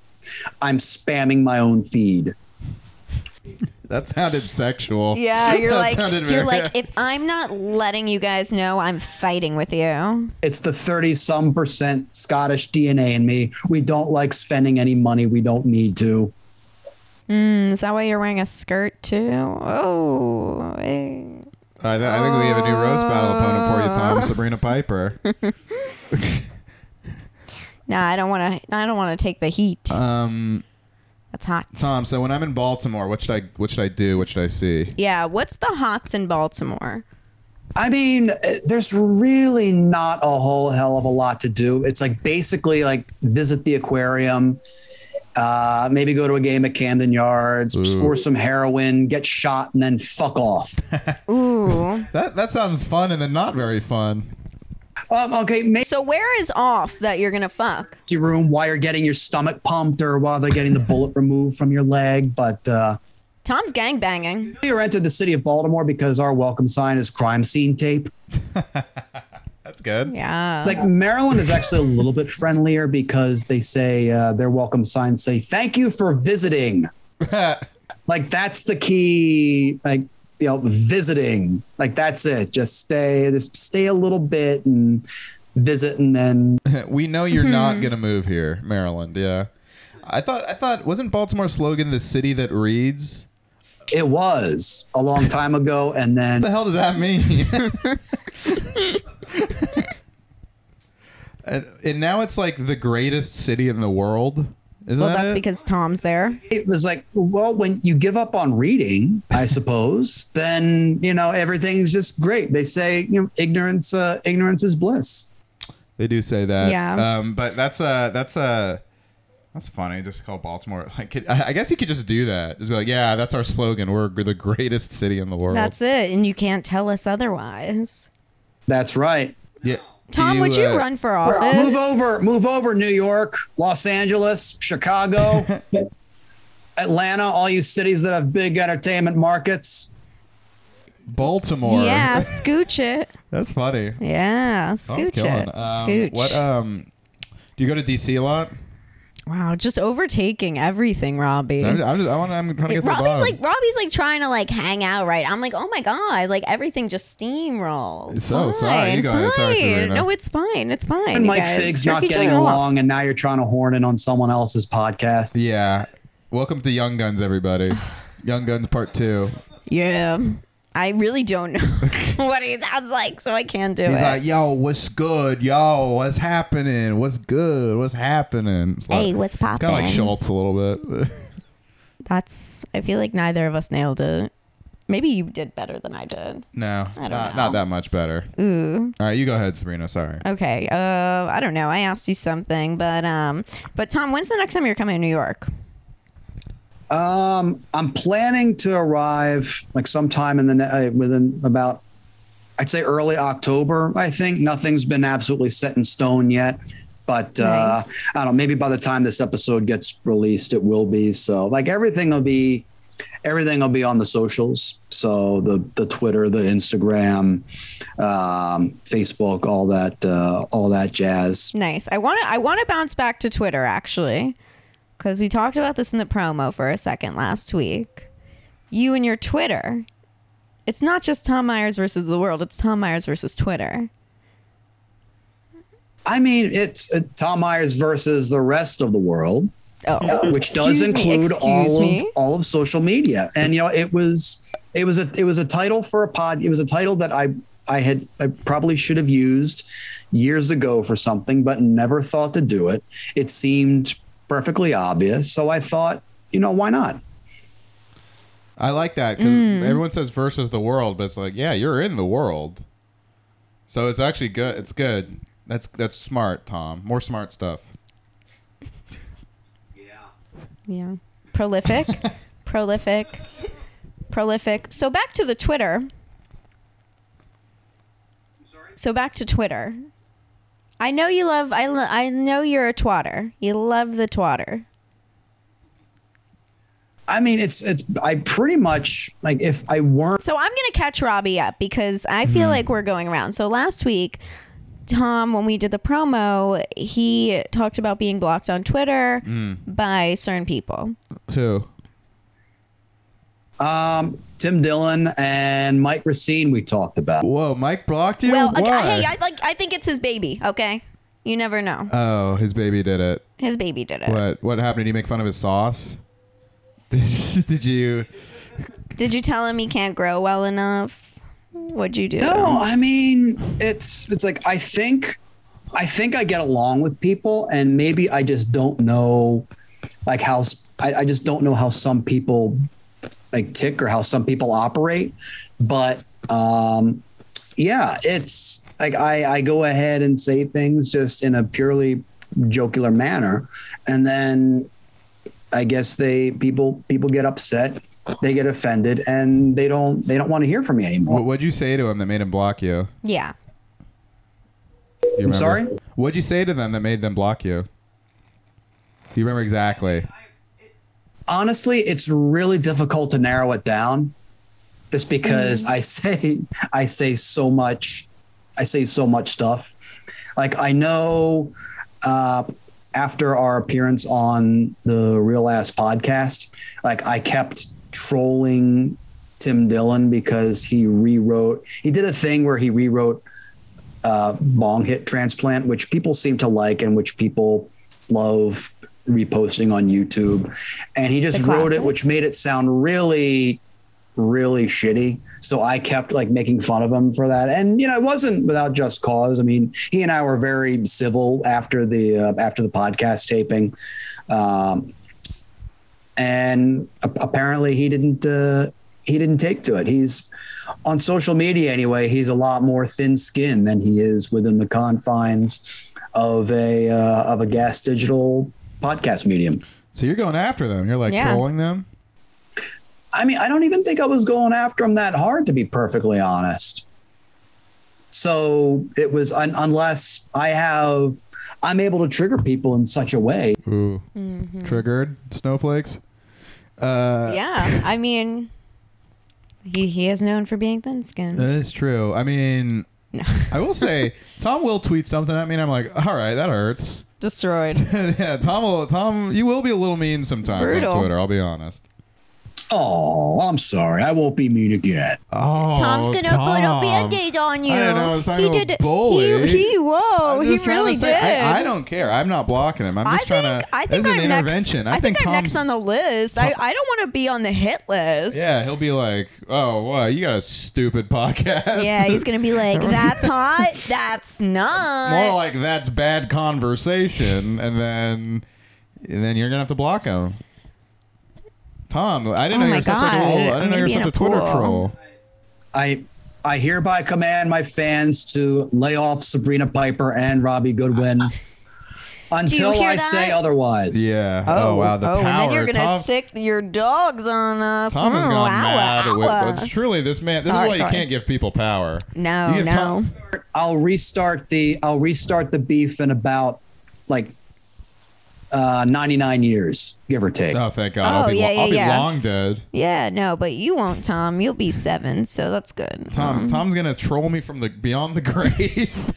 Speaker 4: I'm spamming my own feed.
Speaker 2: That sounded sexual.
Speaker 1: Yeah, you're
Speaker 2: That
Speaker 1: like
Speaker 2: sounded
Speaker 1: you're
Speaker 2: very-
Speaker 1: like if I'm not letting you guys know, I'm fighting with you.
Speaker 4: It's the 30 some percent Scottish DNA in me. We don't like spending any money we don't need to.
Speaker 1: Is that why you're wearing a skirt too? Oh, eh.
Speaker 2: I, th- I think we have a new roast battle opponent for you,
Speaker 1: "Oh."
Speaker 2: Tom. Sabrina Piper.
Speaker 1: no, I don't want to. I don't want to take the heat.
Speaker 2: Um,
Speaker 1: That's hot.
Speaker 2: Tom. So when I'm in Baltimore, what should I what should I do? What should I see?
Speaker 1: yeah, what's the hots in Baltimore?
Speaker 4: I mean, uh, there's really not a whole hell of a lot to do. It's like basically like visit the aquarium, uh, maybe go to a game at Camden Yards, score some heroin, get shot, and then fuck off.
Speaker 1: Ooh.
Speaker 2: That that sounds fun and then not very fun.
Speaker 4: um, okay, maybe
Speaker 1: so where is off that you're gonna fuck?
Speaker 4: your room while you're getting your stomach pumped or while they're getting the bullet removed from your leg, but. Uh,
Speaker 1: Tom's gang banging.
Speaker 4: we entered the city of Baltimore because our welcome sign is crime scene tape.
Speaker 2: That's good.
Speaker 1: Yeah.
Speaker 4: Like Maryland is actually a little bit friendlier because they say uh, their welcome signs say "Thank you for visiting." like that's the key. Like you know, visiting. Like that's it. Just stay. Just stay a little bit and visit, and then
Speaker 2: we know you're not
Speaker 1: Mm-hmm.
Speaker 2: gonna move here, Maryland. Yeah. I thought I thought wasn't Baltimore's slogan the city that reads?
Speaker 4: it was a long time ago. And then
Speaker 2: What the hell does that mean? and, and now it's like the greatest city in the world. Is
Speaker 1: well,
Speaker 2: that
Speaker 1: that's
Speaker 2: it?
Speaker 1: because Tom's there.
Speaker 4: it was like, well, when you give up on reading, I suppose, then you know everything's just great. They say you know, ignorance, uh, ignorance is bliss.
Speaker 2: they do say that.
Speaker 1: Yeah.
Speaker 2: Um, but that's uh that's uh that's funny. Just to call Baltimore like it, I I guess you could just do that. Just be like, yeah, that's our slogan. We're the greatest city in the world.
Speaker 1: That's it, and you can't tell us otherwise.
Speaker 4: That's right.
Speaker 2: yeah.
Speaker 1: Tom,
Speaker 2: Do
Speaker 1: would you
Speaker 2: uh,
Speaker 1: run for office?
Speaker 4: Move over, move over, New York, Los Angeles, Chicago, Atlanta, all you cities that have big entertainment markets.
Speaker 2: Baltimore?
Speaker 1: Yeah, scooch it.
Speaker 2: that's funny.
Speaker 1: Yeah,
Speaker 2: Tom's
Speaker 1: scooch
Speaker 2: killing.
Speaker 1: it.
Speaker 2: Um,
Speaker 1: scooch.
Speaker 2: What um? Do you go to DC a lot?
Speaker 1: wow, just overtaking everything, Robbie.
Speaker 2: I'm, I'm just, I want. I'm trying to get to the
Speaker 1: Robbie's
Speaker 2: bottom.
Speaker 1: like Robbie's like trying to like hang out, right? I'm like, oh my god, like everything just steamrolled.
Speaker 2: So sorry, you go
Speaker 1: fine.
Speaker 2: ahead. Sorry, Serena.
Speaker 1: no, it's fine. It's fine.
Speaker 4: And
Speaker 1: you
Speaker 4: Mike
Speaker 1: guys.
Speaker 4: Fig's
Speaker 1: Jerk
Speaker 4: not
Speaker 1: each
Speaker 4: getting
Speaker 1: other off.
Speaker 4: along, and now you're trying to horn in on someone else's podcast.
Speaker 2: Yeah. Welcome to Young Guns, everybody. Young Guns Part Two.
Speaker 1: Yeah. I really don't know what he sounds like, so I can't do
Speaker 2: He's
Speaker 1: it.
Speaker 2: like, "Yo, what's good? Yo, what's happening? What's good? What's happening?" It's like,
Speaker 1: Hey, what's
Speaker 2: It's kind of like
Speaker 1: poppin'?
Speaker 2: Schultz a little bit.
Speaker 1: That's I feel like neither of us nailed it. Maybe you did better than I did.
Speaker 2: no,
Speaker 1: don't
Speaker 2: not,
Speaker 1: know.
Speaker 2: not that much better. Ooh. All right, you go ahead, Sabrina. Sorry.
Speaker 1: Okay. Uh, I don't know. I asked you something, but um, but Tom, when's the next time you're coming to New York?
Speaker 4: Um, I'm planning to arrive like sometime in the ne- uh, within about I'd say early October. I think nothing's been absolutely set in stone yet, but uh,
Speaker 1: Nice.
Speaker 4: I don't know. Maybe by the time this episode gets released, it will be. So like everything will be everything will be on the socials. So the the Twitter, the Instagram, um, Facebook, all that uh, all that jazz.
Speaker 1: Nice. I want to I want to bounce back to Twitter actually cuz we talked about this in the promo for a second last week. You and your Twitter. It's not just Tom Myers versus the world, it's Tom Myers versus Twitter.
Speaker 4: I mean, it's uh, Tom Myers versus the rest of the world.
Speaker 1: Oh.
Speaker 4: which does
Speaker 1: Excuse me,
Speaker 4: include all
Speaker 1: excuse
Speaker 4: of
Speaker 1: me.
Speaker 4: all of social media. And you know, it was it was a it was a title for a pod. It was a title that I I had I probably should have used years ago for something, but never thought to do it. It seemed perfectly obvious, so I thought, you know, why not?
Speaker 2: I like that because
Speaker 1: Mm.
Speaker 2: everyone says versus the world, but it's like, yeah, you're in the world, so it's actually good. It's good. That's that's smart, Tom. More smart stuff.
Speaker 1: Yeah. Prolific. prolific. Prolific. So back to the Twitter. So back to Twitter. I know you love I lo- I know you're a twatter. You love the twatter.
Speaker 4: I mean, it's it's I pretty much like if I weren't
Speaker 1: So I'm going to catch Robbie up because I feel like we're going around. So last week, Tom, when we did the promo, he talked about being blocked on Twitter by certain people.
Speaker 2: Who?
Speaker 4: um Tim Dillon and Mike Racine we talked about.
Speaker 2: Whoa, Mike blocked you.
Speaker 1: well,
Speaker 2: Why?
Speaker 1: okay, hey, I like I think it's his baby. Okay, you never know.
Speaker 2: oh, his baby did it.
Speaker 1: his baby did it.
Speaker 2: What what happened? Did you make fun of his sauce? Did you?
Speaker 1: Did you tell him he can't grow well enough? What'd you do?
Speaker 4: No, I mean it's it's like I think I think I get along with people, and maybe I just don't know like how s- I, I just don't know how some people like tick or how some people operate. But um, yeah, it's like I I go ahead and say things just in a purely jocular manner, and then I guess they people people get upset. They get offended and they don't they don't want to hear from me anymore.
Speaker 2: What would you say to him that made him block you?
Speaker 1: Yeah.
Speaker 2: Do you remember?
Speaker 4: sorry?
Speaker 2: What'd you say to them that made them block you? Do you remember exactly?
Speaker 4: honestly, it's really difficult to narrow it down just because I say I say so much I say so much stuff. Like I know uh after our appearance on the Real Ass podcast, like I kept trolling Tim Dillon because he rewrote he did a thing where he rewrote uh, bong hit transplant, which people seem to like and which people love reposting on YouTube. And he just
Speaker 1: The
Speaker 4: wrote
Speaker 1: classic.
Speaker 4: it, which made it sound really, really shitty. So I kept like making fun of him for that. And you know, it wasn't without just cause. I mean, he and I were very civil after the uh, after the podcast taping. Um, and a- apparently he didn't uh, he didn't take to it. He's on social media anyway. He's a lot more thin-skinned than he is within the confines of a uh, of a gas digital podcast medium.
Speaker 2: So you're going after them. You're like
Speaker 1: Yeah.
Speaker 2: trolling them.
Speaker 4: I mean, I don't even think I was going after him that hard, to be perfectly honest. So it was un- unless I have I'm able to trigger people in such a way.
Speaker 2: Ooh,
Speaker 1: Mm-hmm.
Speaker 2: triggered snowflakes. Uh,
Speaker 1: yeah. I mean, he, he is known for being thin skinned.
Speaker 2: That is true. I mean, I will say Tom will tweet something at me, and I'm like, all right, that hurts.
Speaker 1: Destroyed.
Speaker 2: yeah, Tom will. Tom, you will be a little mean sometimes
Speaker 1: Brutal.
Speaker 2: on Twitter. I'll be honest.
Speaker 4: Oh, I'm sorry. I won't be mean again.
Speaker 2: Oh,
Speaker 1: Tom's gonna put a
Speaker 2: Tom.
Speaker 1: band-aid on you.
Speaker 2: I didn't know I was talking
Speaker 1: he
Speaker 2: about
Speaker 1: did it.
Speaker 2: bully.
Speaker 1: He, he whoa,
Speaker 2: I'm
Speaker 1: he
Speaker 2: just trying to
Speaker 1: really
Speaker 2: say,
Speaker 1: did.
Speaker 2: I, I don't care. I'm not blocking him. I'm
Speaker 1: I
Speaker 2: just
Speaker 1: think
Speaker 2: trying to.
Speaker 1: I think
Speaker 2: this
Speaker 1: I'm
Speaker 2: is an
Speaker 1: next.
Speaker 2: intervention.
Speaker 1: I, think, I'm next
Speaker 2: Tom's-
Speaker 1: on the list. I, I don't want to be on the hit list.
Speaker 2: Yeah, he'll be like, "Oh, what? You got a stupid podcast."
Speaker 1: yeah, he's gonna be like, that's hot, that's not.
Speaker 2: more like that's bad conversation, and then, and then you're gonna have to block him. Tom, I didn't
Speaker 1: Oh
Speaker 2: know you
Speaker 1: my
Speaker 2: were such like a
Speaker 1: God,
Speaker 2: little, I
Speaker 1: I'm
Speaker 2: didn't know
Speaker 1: gonna
Speaker 2: you were
Speaker 1: be in
Speaker 2: such
Speaker 1: a
Speaker 2: a Twitter
Speaker 1: pool.
Speaker 2: troll.
Speaker 4: I I hereby command my fans to lay off Sabrina Piper and Robbie Goodwin. until
Speaker 1: hear
Speaker 4: I say
Speaker 1: that?
Speaker 4: otherwise.
Speaker 2: Yeah. Oh, wow. The
Speaker 1: oh,
Speaker 2: power.
Speaker 1: and then you're gonna
Speaker 2: Tom,
Speaker 1: sick your dogs on us.
Speaker 2: Tom has
Speaker 1: Oh,
Speaker 2: gone
Speaker 1: ow,
Speaker 2: mad.
Speaker 1: ow,
Speaker 2: With,
Speaker 1: ow.
Speaker 2: but truly, this man. This
Speaker 1: Sorry,
Speaker 2: is why
Speaker 1: sorry.
Speaker 2: you can't give people power.
Speaker 1: no, no.
Speaker 2: You give Tom-
Speaker 4: I'll restart the I'll restart the beef in about like uh, 99 years, give or take.
Speaker 2: oh, thank God. I'll
Speaker 1: Oh,
Speaker 2: be,
Speaker 1: yeah,
Speaker 2: lo- I'll
Speaker 1: yeah,
Speaker 2: be
Speaker 1: yeah.
Speaker 2: long dead.
Speaker 1: Yeah, no, but you won't, Tom. You'll be seven, so that's good.
Speaker 2: Tom. Tom's gonna troll me from the beyond the grave.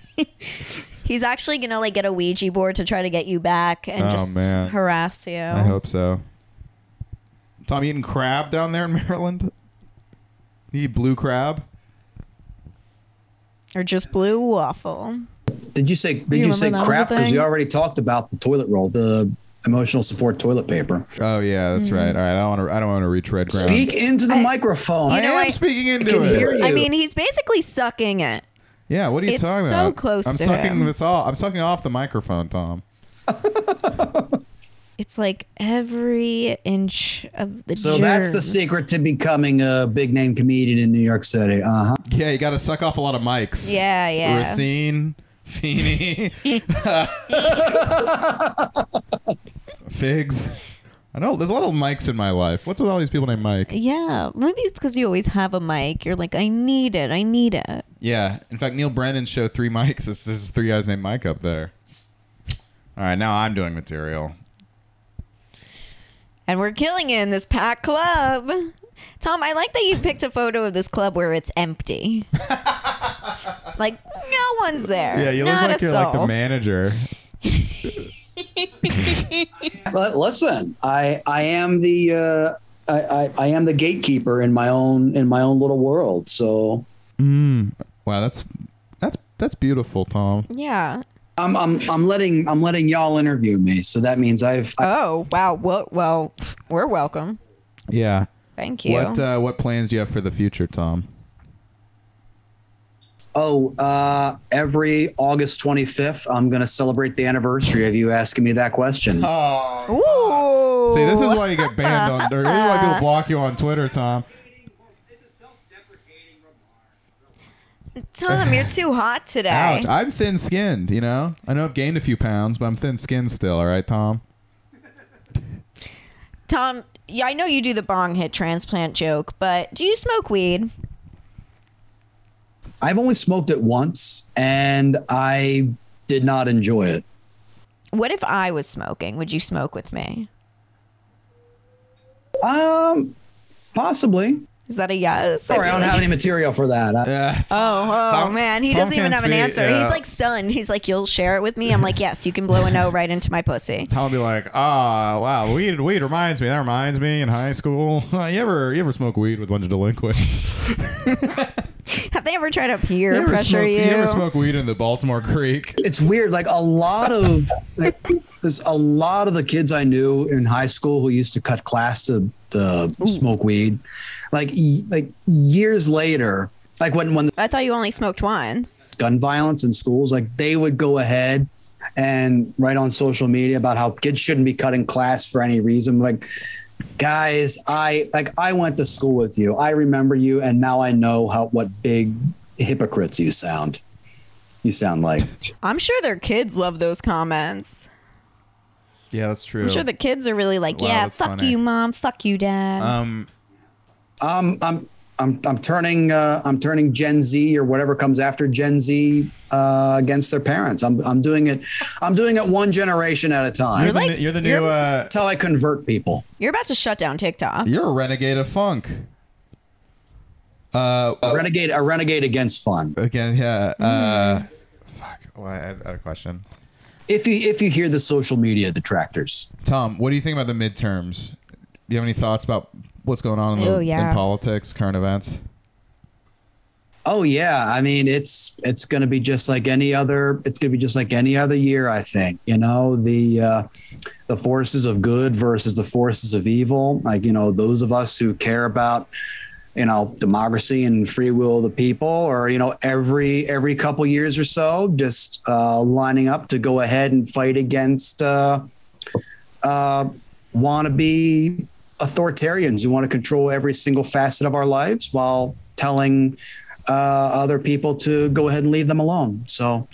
Speaker 1: He's actually gonna like get a Ouija board to try to get you back and
Speaker 2: Oh,
Speaker 1: just
Speaker 2: man.
Speaker 1: harass you.
Speaker 2: I hope so. Tom, you eating crab down there in Maryland? You eat blue crab?
Speaker 1: Or just blue waffle.
Speaker 4: Did you say did
Speaker 1: You
Speaker 4: you,
Speaker 1: remember
Speaker 4: say
Speaker 1: that was a
Speaker 4: crap because you
Speaker 1: thing?
Speaker 4: already talked about the toilet roll, the emotional support toilet paper.
Speaker 2: Oh yeah, that's right. All
Speaker 1: Mm.
Speaker 2: right, I don't want to. I don't want to retread ground.
Speaker 4: Speak into the microphone.
Speaker 2: I
Speaker 1: know,
Speaker 2: am
Speaker 1: I-
Speaker 2: speaking into
Speaker 4: can
Speaker 2: it.
Speaker 4: hear you.
Speaker 1: I mean, he's basically sucking it.
Speaker 2: Yeah, what are you
Speaker 1: It's
Speaker 2: talking
Speaker 1: so
Speaker 2: about?
Speaker 1: close
Speaker 2: I'm
Speaker 1: to
Speaker 2: sucking
Speaker 1: him.
Speaker 2: this all. I'm sucking off the microphone, Tom.
Speaker 1: It's like every inch of the.
Speaker 4: so that's the
Speaker 1: germs.
Speaker 4: secret to becoming a big name comedian in New York City. Uh huh.
Speaker 2: Yeah, you got to suck off a lot of mics.
Speaker 1: Yeah, yeah.
Speaker 2: Racine, Feeney, Figs. I know there's a lot of mics in my life. What's with all these people named Mike?
Speaker 1: Yeah, maybe it's because you always have a mic. You're like, I need it. I need it.
Speaker 2: Yeah. In fact, Neil Brennan's show Three Mics. It's there's three guys named Mike up there. All right, now I'm doing material.
Speaker 1: And we're killing it in this packed club. Tom, I like that you picked a photo of this club where it's empty. like no one's there.
Speaker 2: Yeah, you
Speaker 1: Not
Speaker 2: look like
Speaker 1: a
Speaker 2: you're like the
Speaker 1: soul.
Speaker 2: manager.
Speaker 4: But listen, I I am the uh, I, I I am the gatekeeper in my own in my own little world. So
Speaker 2: Wow, that's that's that's beautiful, Tom.
Speaker 1: Yeah.
Speaker 4: I'm I'm I'm letting I'm letting y'all interview me. So that means I've I,
Speaker 1: Oh wow. Well, well, we're welcome.
Speaker 2: Yeah.
Speaker 1: Thank you.
Speaker 2: What uh, what plans do you have for the future, Tom?
Speaker 4: oh uh, every August 25th I'm gonna celebrate the anniversary of you asking me that question.
Speaker 1: Ooh.
Speaker 2: See, this is why you get banned on. Or this is why people block you on Twitter, Tom.
Speaker 1: Tom, you're too hot today.
Speaker 2: Ouch! I'm thin-skinned. You know, I know I've gained a few pounds, but I'm thin-skinned still. All right, Tom.
Speaker 1: Tom, yeah, I know you do the bong hit transplant joke, but do you smoke weed?
Speaker 4: I've only smoked it once and I did not enjoy it.
Speaker 1: What if I was smoking? Would you smoke with me?
Speaker 4: Um, possibly.
Speaker 1: Is that a yes?
Speaker 4: Sorry, I don't
Speaker 1: feel
Speaker 4: have
Speaker 1: like-
Speaker 4: any material for that. I-
Speaker 2: Yeah.
Speaker 1: Oh, oh
Speaker 2: Tom-
Speaker 1: man, he
Speaker 2: Tom
Speaker 1: doesn't even
Speaker 2: can't
Speaker 1: have an
Speaker 2: speak,
Speaker 1: answer.
Speaker 2: yeah.
Speaker 1: He's like stunned. He's like, "You'll share it with me?" I'm like, "Yes, you can blow a no right into my pussy."
Speaker 2: Tom would be like, ah, wow, weed, weed reminds me. That reminds me in high school. you ever, you ever smoke weed with a bunch of delinquents?
Speaker 1: Have they ever tried to peer
Speaker 2: you, ever
Speaker 1: pressure
Speaker 2: smoke,
Speaker 1: you?
Speaker 2: ever smoke weed in the Baltimore Creek?
Speaker 4: it's weird. Like a lot of like, there's a lot of the kids I knew in high school who used to cut class to the smoke weed, like y- like years later, like when when the
Speaker 1: I thought you only smoked once.
Speaker 4: gun violence in schools, like they would go ahead and write on social media about how kids shouldn't be cutting class for any reason, like. Guys, I like I went to school with you. I remember you, and now I know how what big hypocrites you sound. You sound like
Speaker 1: I'm sure their kids love those comments.
Speaker 2: Yeah, that's true.
Speaker 1: I'm sure the kids are really like,
Speaker 2: Wow,
Speaker 1: "Yeah,
Speaker 2: that's
Speaker 1: fuck
Speaker 2: funny.
Speaker 1: you, mom. Fuck you, dad."
Speaker 2: um,
Speaker 4: I'm I'm I'm I'm turning uh, I'm turning Gen Z or whatever comes after Gen Z uh, against their parents. I'm I'm doing it I'm doing it one generation at a
Speaker 2: you're,
Speaker 4: time.
Speaker 2: the,
Speaker 1: like-
Speaker 2: new- you're the new.
Speaker 1: you're-
Speaker 2: uh,
Speaker 4: That's how I convert people.
Speaker 1: You're about to shut down TikTok.
Speaker 2: you're a renegade of funk. Uh,
Speaker 4: A renegade a renegade against fun.
Speaker 2: again, yeah. Uh,
Speaker 1: Mm-hmm.
Speaker 2: fuck. Oh, I had I had a question.
Speaker 4: If you if you hear the social media detractors,
Speaker 2: Tom, what do you think about the midterms? Do you have any thoughts about what's going on in, the,
Speaker 1: Ew, Oh, yeah.
Speaker 2: in politics, current events?
Speaker 4: oh yeah, I mean it's it's going to be just like any other. It's going to be just like any other year. I think you know the. Uh, the forces of good versus the forces of evil. Like, you know, those of us who care about, you know, democracy and free will of the people, or, you know, every every couple years or so, just uh, lining up to go ahead and fight against uh, uh, wannabe authoritarians who want to control every single facet of our lives while telling uh, other people to go ahead and leave them alone. So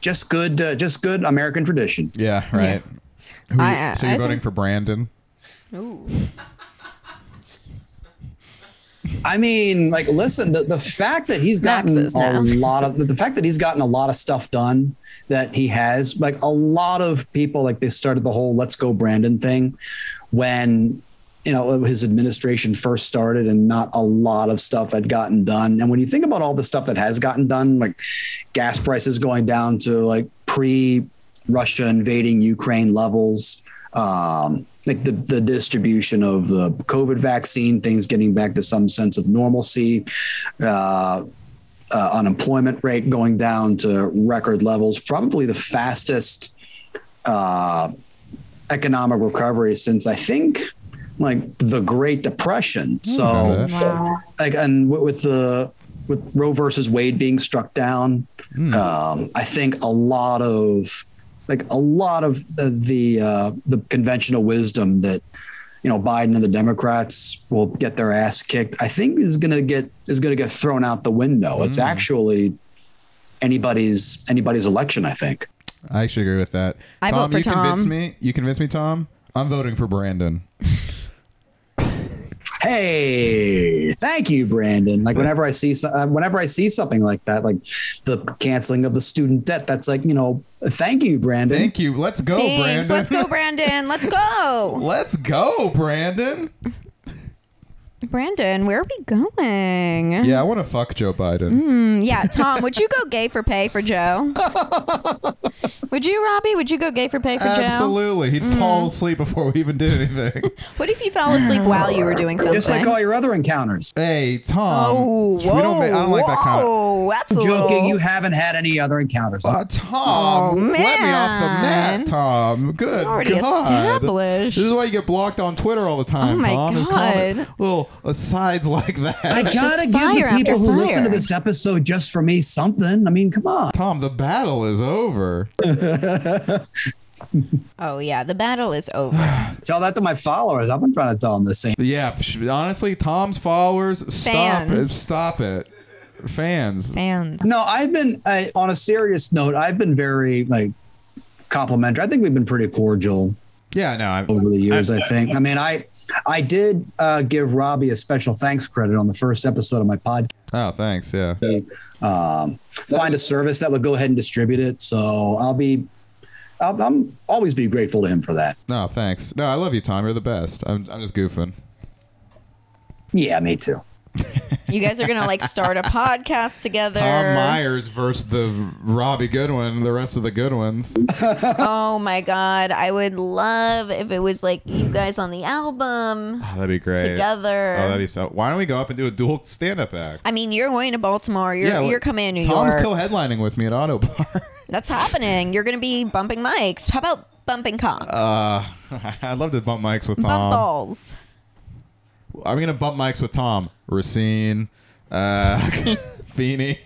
Speaker 4: just good, uh, just good American tradition.
Speaker 2: Yeah, right. Who-
Speaker 1: I- I-
Speaker 2: so you're
Speaker 1: I
Speaker 2: voting
Speaker 1: think-
Speaker 2: for Brandon?
Speaker 1: Ooh.
Speaker 2: Oh,
Speaker 4: I mean, like, listen, the, the fact that he's
Speaker 1: Max
Speaker 4: gotten
Speaker 1: is
Speaker 4: a
Speaker 1: now.
Speaker 4: lot of the fact that he's gotten a lot of stuff done that he has, like a lot of people, like they started the whole let's go Brandon thing when you know his administration first started and not a lot of stuff had gotten done. And when you think about all the stuff that has gotten done, like gas prices going down to like pre Russia invading Ukraine levels. Um, like the, the distribution of the COVID vaccine, things getting back to some sense of normalcy, uh, uh, unemployment rate going down to record levels, probably the fastest uh, economic recovery since I think like the Great Depression. So
Speaker 2: remember that.
Speaker 1: Wow.
Speaker 4: like and with, with the with Roe versus Wade being struck down, um, I think a lot of like a lot of the the, uh, the conventional wisdom that you know Biden and the Democrats will get their ass kicked, I think is going to get is going to get thrown out the window. It's actually anybody's anybody's election. I think.
Speaker 2: I actually agree with that.
Speaker 1: I vote
Speaker 2: Tom,
Speaker 1: for
Speaker 2: you convinced
Speaker 1: Tom.
Speaker 2: me. You convinced me, Tom. I'm voting for Brandon.
Speaker 4: hey thank you brandon like whenever i see so- uh, whenever i see something like that like the canceling of the student debt that's like you know thank you brandon
Speaker 2: Thank you. Let's go,
Speaker 1: Thanks.
Speaker 2: Brandon.
Speaker 1: Let's go, Brandon. Let's go.
Speaker 2: Let's go, Brandon.
Speaker 1: Mm-hmm. Brandon, where are we going? Mm,
Speaker 2: Yeah, I want to fuck Joe Biden.
Speaker 1: Yeah, Tom, would you go gay for pay for Joe? would you, Robbie? Would you go gay for pay for
Speaker 2: Absolutely. He'd
Speaker 1: Mm-hmm.
Speaker 2: fall asleep before we even did anything.
Speaker 1: Joe? What if you fell asleep while you were doing something?
Speaker 4: just like all your other encounters
Speaker 2: hey, Tom.
Speaker 1: oh,
Speaker 2: we don't, ma- I don't like that kind of.
Speaker 1: whoa, that's a
Speaker 4: joking
Speaker 1: little-
Speaker 4: you haven't had any other encounters
Speaker 2: Uh, Tom,
Speaker 1: Oh,
Speaker 2: let me off the mat,
Speaker 1: man.
Speaker 2: Tom. Good
Speaker 1: Already
Speaker 2: God.
Speaker 1: established.
Speaker 2: This is why you get blocked on Twitter all the time,
Speaker 1: Oh my
Speaker 2: Tom. Is comment-
Speaker 1: God.
Speaker 2: Little asides like that.
Speaker 4: i
Speaker 1: just
Speaker 4: gotta give
Speaker 1: fire
Speaker 4: the people
Speaker 1: after
Speaker 4: who listen to
Speaker 1: fire.
Speaker 4: this episode just for me something i mean come on
Speaker 2: Tom, the battle is over.
Speaker 1: Oh yeah, the battle is over.
Speaker 4: tell that to my followers i've been trying to tell them the same
Speaker 2: Yeah, sh- honestly, Tom's followers, stop it.
Speaker 1: Fans.
Speaker 2: Stop it. Fans.
Speaker 1: Fans.
Speaker 4: no i've been I, on a serious note i've been very like complimentary i think we've been pretty cordial
Speaker 2: Yeah, no, I'm,
Speaker 4: over the years. I think. I mean, I I did uh, give Robbie a special thanks credit on the first episode of my podcast.
Speaker 2: oh, thanks. Yeah.
Speaker 4: Um, find a service that would go ahead and distribute it. So I'll be, I'll, I'm always be grateful to him for that.
Speaker 2: No, thanks. No, I love you, Tom. You're the best. I'm, I'm just goofing.
Speaker 4: Yeah, me too.
Speaker 1: You guys are gonna like start a podcast together.
Speaker 2: Tom Myers versus the Robbie Goodwin, the rest of the good ones.
Speaker 1: Oh my god, I would love if it was like you guys on the album
Speaker 2: Ah, that'd be great.
Speaker 1: together.
Speaker 2: Oh, that'd be so. Why don't we go up and do a dual stand-up act?
Speaker 1: I mean, you're going to Baltimore. You're
Speaker 2: well,
Speaker 1: you're coming to New
Speaker 2: Tom's
Speaker 1: York.
Speaker 2: co-headlining with me at Auto Bar.
Speaker 1: That's happening. You're going to be bumping mics. How about bumping conks?
Speaker 2: Uh, I'd love to bump mics with
Speaker 1: Bump
Speaker 2: Tom.
Speaker 1: balls.
Speaker 2: I'm gonna bump mics with Tom, Racine, uh, Feeney.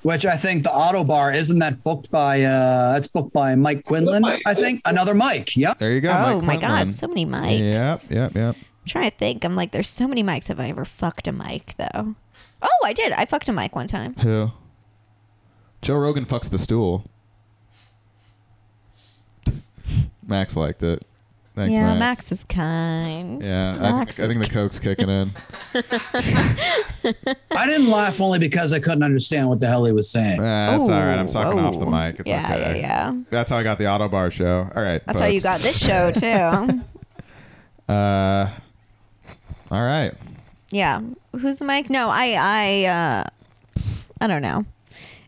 Speaker 4: Which I think the Auto Bar isn't that booked by uh that's booked by Mike Quinlan. I think another Mike. Yeah.
Speaker 2: There you go.
Speaker 1: Oh
Speaker 2: Mike
Speaker 1: my
Speaker 2: Quinlan.
Speaker 1: God, so many mics.
Speaker 2: Yep, yep, yep.
Speaker 1: I'm trying to think. I'm like, there's so many mics. Have I ever fucked a mic though? Oh, I did. I fucked a mic one time.
Speaker 2: Who? Joe Rogan fucks the stool. Max liked it. Thanks,
Speaker 1: yeah,
Speaker 2: Max.
Speaker 1: Max. is kind.
Speaker 2: Yeah, I
Speaker 1: Max
Speaker 2: think, I
Speaker 1: is
Speaker 2: think the coke's kicking in.
Speaker 4: I didn't laugh only because I couldn't understand what the hell he was saying.
Speaker 2: Ah, it's all right. I'm sucking
Speaker 1: Ooh,
Speaker 2: off the mic. It's
Speaker 1: Oh, yeah,
Speaker 2: okay.
Speaker 1: yeah, yeah.
Speaker 2: That's how I got the Auto Bar show. All right.
Speaker 1: That's how you got
Speaker 2: folks.
Speaker 1: this show too.
Speaker 2: Uh, all right.
Speaker 1: yeah. Who's the mic? No, I, I, uh, I don't know.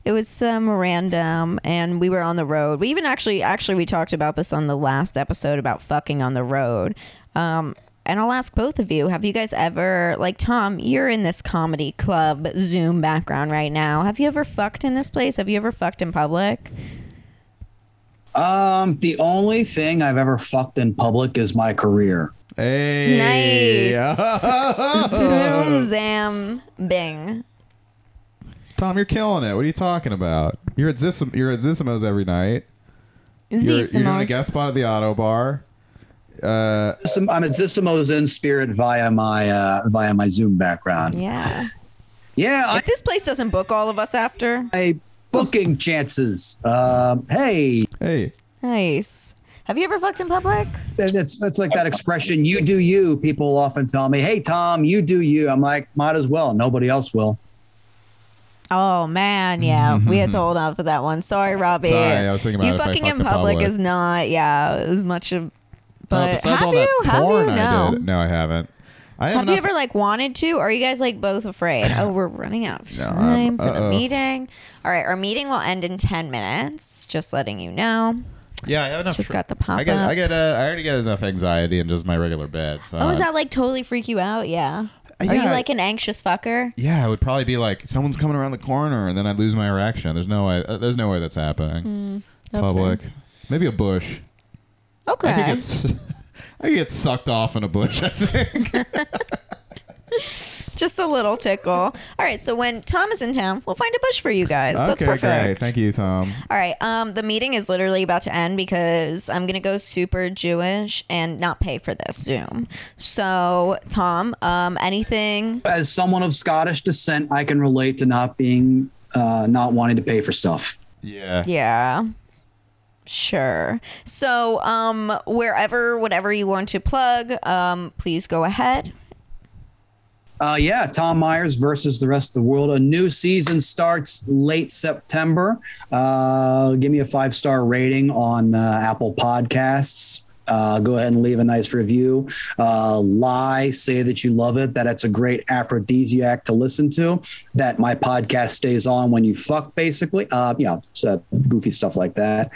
Speaker 1: It was some random, and we were on the road. We even actually, actually, we talked about this on the last episode about fucking on the road. Um, and I'll ask both of you: Have you guys ever, like Tom, you're in this comedy club Zoom background right now? Have you ever fucked in this place? Have you ever fucked in public?
Speaker 4: Um, the only thing I've ever fucked in public is my career.
Speaker 2: Hey.
Speaker 1: Nice. Zoom, zam, bing.
Speaker 2: Tom, you're killing it. What are you talking about? You're at Zissim- You're at Zissimo's every night. You're, you're doing a
Speaker 1: Zissimos.
Speaker 2: guest spot at the Auto Bar.
Speaker 4: Some, I'm at Zissimo's in spirit via my uh, via my Zoom background.
Speaker 1: Yeah.
Speaker 4: Yeah,
Speaker 1: If this place doesn't book all of us after,
Speaker 4: I booking chances. Um, hey,
Speaker 2: Hey,
Speaker 1: Nice. Have you ever fucked in public?
Speaker 4: that's that's like that expression. You do you. People often tell me, "Hey, Tom, you do you." I'm like, might as well. Nobody else will.
Speaker 1: Oh man, yeah, we had to hold on for that one. Sorry, Robbie.
Speaker 2: Sorry, I was thinking about
Speaker 1: you
Speaker 2: if I
Speaker 1: fucking in
Speaker 2: fucked in
Speaker 1: public,
Speaker 2: public.
Speaker 1: is not, yeah, as much of.
Speaker 2: Uh,
Speaker 1: But
Speaker 2: besides
Speaker 1: have
Speaker 2: all that
Speaker 1: you? Have you?
Speaker 2: porn
Speaker 1: No.
Speaker 2: I did, no, I haven't. I have
Speaker 1: Have you
Speaker 2: enough-
Speaker 1: ever like wanted to? Or are you guys like both afraid? Oh, we're running out of time
Speaker 2: I'm-
Speaker 1: for the
Speaker 2: uh-oh.
Speaker 1: meeting. All right, our meeting will end in ten minutes. Just letting you know.
Speaker 2: Yeah, I have enough.
Speaker 1: Just
Speaker 2: tr-
Speaker 1: got the
Speaker 2: I get,
Speaker 1: pop-up.
Speaker 2: I get, uh, I already get enough anxiety in just my regular bed. So
Speaker 1: Oh, does that like totally freak you out? Yeah. Are you
Speaker 2: Uh, yeah.
Speaker 1: like an anxious fucker?
Speaker 2: Yeah, it would probably be like someone's coming around the corner, and then I'd lose my erection. There's no way. Uh, there's no way that's happening.
Speaker 1: Hmm, that's
Speaker 2: Public, maybe a bush.
Speaker 1: Okay.
Speaker 2: I could get, s- I could get sucked off in a bush. I think.
Speaker 1: Just a little tickle. All right, so when Tom is in town, we'll find a bush for you guys. That's perfect.
Speaker 2: Thank you, Tom.
Speaker 1: All right. Um, the meeting is literally about to end because I'm gonna go super Jewish and not pay for this Zoom. So, Tom, um, anything?
Speaker 4: As someone of Scottish descent, I can relate to not being, uh, not wanting to pay for stuff.
Speaker 2: Yeah.
Speaker 1: Yeah. Sure. So, um, wherever, whatever you want to plug, um, please go ahead.
Speaker 4: Uh, yeah, Tom Myers versus the rest of the world. A new season starts late September. Uh, give me a five star rating on uh, Apple Podcasts. Uh, go ahead and leave a nice review. Uh, lie, say that you love it, that it's a great aphrodisiac to listen to, that my podcast stays on when you fuck, basically. Uh, you know, it's, uh, goofy stuff like that.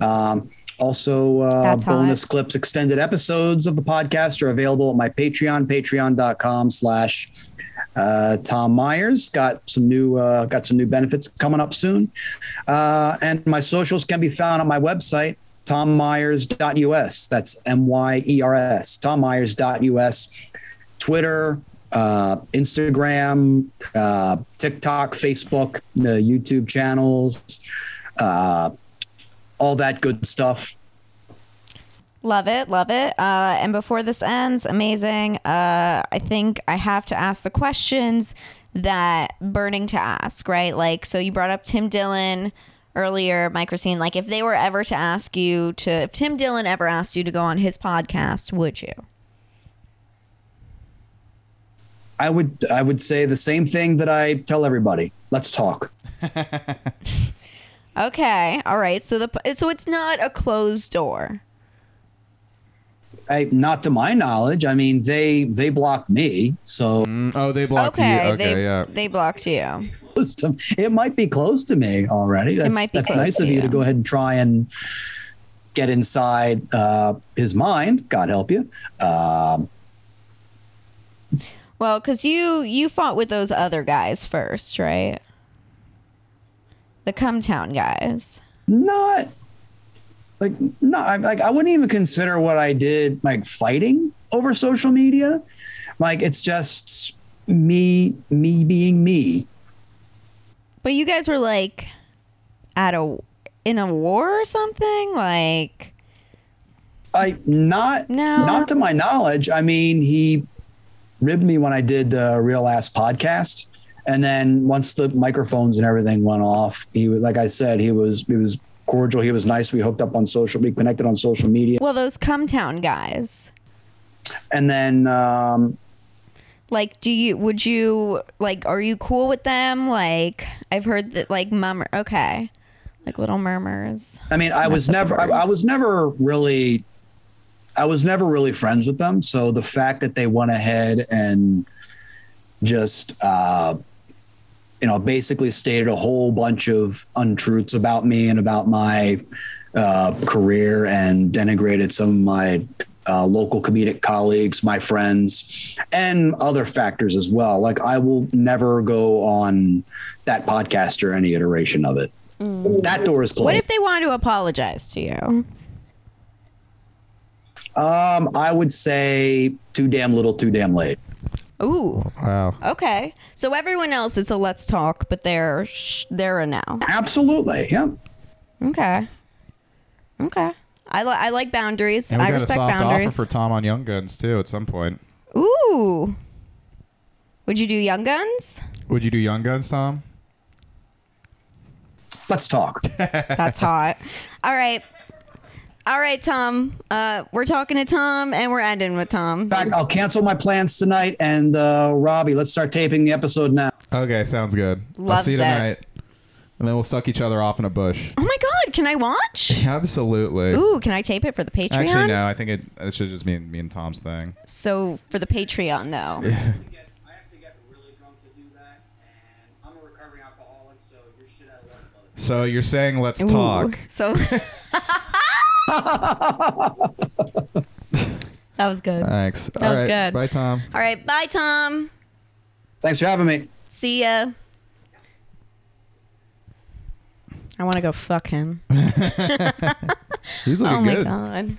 Speaker 4: Um, also, uh,
Speaker 1: That's hot.
Speaker 4: bonus clips extended episodes of the podcast are available at my patreon patreon.com slash uh, tom myers got some new uh, got some new benefits coming up soon uh, and my socials can be found on my website tommyers.us that's E m-y-e-r-s tommyers.us twitter uh, instagram uh, tiktok facebook the youtube channels uh, all that good stuff
Speaker 1: Love it, love it. Uh, and before this ends, amazing. Uh, I think I have to ask the questions that burning to ask, right? Like, so you brought up Tim Dillon earlier, Mike Racine. Like, if they were ever to ask you to, if Tim Dillon ever asked you to go on his podcast, would you?
Speaker 4: I would I would say the same thing that I tell everybody. Let's talk.
Speaker 1: Okay, all right. So the so it's not a closed door.
Speaker 4: I not to my knowledge. I mean, they they blocked me, so
Speaker 2: Mm, oh, they blocked
Speaker 1: Okay,
Speaker 2: you. Okay,
Speaker 1: they
Speaker 2: yeah.
Speaker 1: they blocked you.
Speaker 4: it might be close to me already. That's,
Speaker 1: might be
Speaker 4: that's
Speaker 1: close
Speaker 4: nice
Speaker 1: to
Speaker 4: of you
Speaker 1: you.
Speaker 4: to go ahead and try and get inside uh, his mind. God help you. Um
Speaker 1: Well, because you you fought with those other guys first, right? The Cumtown guys.
Speaker 4: not like not I, like I wouldn't even consider what I did like fighting over social media. Like it's just me me being me.
Speaker 1: But you guys were like at a in a war or something? Like
Speaker 4: I not
Speaker 1: No.
Speaker 4: not to my knowledge. I mean, he ribbed me when I did uh, real ass podcast, and then once the microphones and everything went off, he was like I said, he was he was cordial. He was nice. We hooked up on social. We connected on social media,
Speaker 1: well those Cumtown guys.
Speaker 4: and then um,
Speaker 1: Like do you would you like are you cool with them? Like I've heard that like mummer okay. Like little murmurs.
Speaker 4: I mean, I was never, I, I was never really, I was never really friends with them. So the fact that they went ahead and just, uh, you know, basically stated a whole bunch of untruths about me and about my uh, career and denigrated some of my uh, local comedic colleagues, my friends, and other factors as well. Like, I will never go on that podcast or any iteration of it. That door is closed.
Speaker 1: Mm. What if they wanted to apologize to you?
Speaker 4: Um, I would say too damn little, too damn late.
Speaker 1: Ooh.
Speaker 2: Wow.
Speaker 1: Okay. So everyone else it's a let's talk, but they're sh- they're a no.
Speaker 4: Absolutely, yeah.
Speaker 1: Okay. Okay. I, li- I like boundaries.
Speaker 2: And we
Speaker 1: I
Speaker 2: got
Speaker 1: respect
Speaker 2: a soft
Speaker 1: boundaries.
Speaker 2: offer for Tom on Young Guns too. At some point,
Speaker 1: Ooh. Would you do Young Guns?
Speaker 2: would you do Young Guns, Tom?
Speaker 4: Let's talk.
Speaker 1: That's hot. All right. All right, Tom. Uh, we're talking to Tom and we're ending with Tom.
Speaker 4: In fact, I'll cancel my plans tonight. And uh, Robbie, let's start taping the episode now.
Speaker 2: Okay, sounds good. I'll
Speaker 1: Loves
Speaker 2: see you
Speaker 1: it.
Speaker 2: tonight. And then we'll suck each other off in a bush.
Speaker 1: Oh my God. Can I watch?
Speaker 2: Absolutely.
Speaker 1: Ooh, can I tape it for the Patreon?
Speaker 2: Actually, no. I think it, it should just be me and Tom's thing.
Speaker 1: So for the Patreon, though.
Speaker 4: I have to get really drunk to do that. And I'm a recovering alcoholic, so you're shit out of luck, brother.
Speaker 2: So you're saying let's
Speaker 1: Ooh,
Speaker 2: talk.
Speaker 1: So. that was good. All
Speaker 2: Thanks. That
Speaker 1: was good.
Speaker 2: Bye, Tom.
Speaker 1: Uh, right. Bye, Tom.
Speaker 4: Thanks for having me.
Speaker 1: See ya. I want to go fuck him.
Speaker 2: He's
Speaker 1: Oh
Speaker 2: looking
Speaker 1: my
Speaker 2: good.
Speaker 1: god.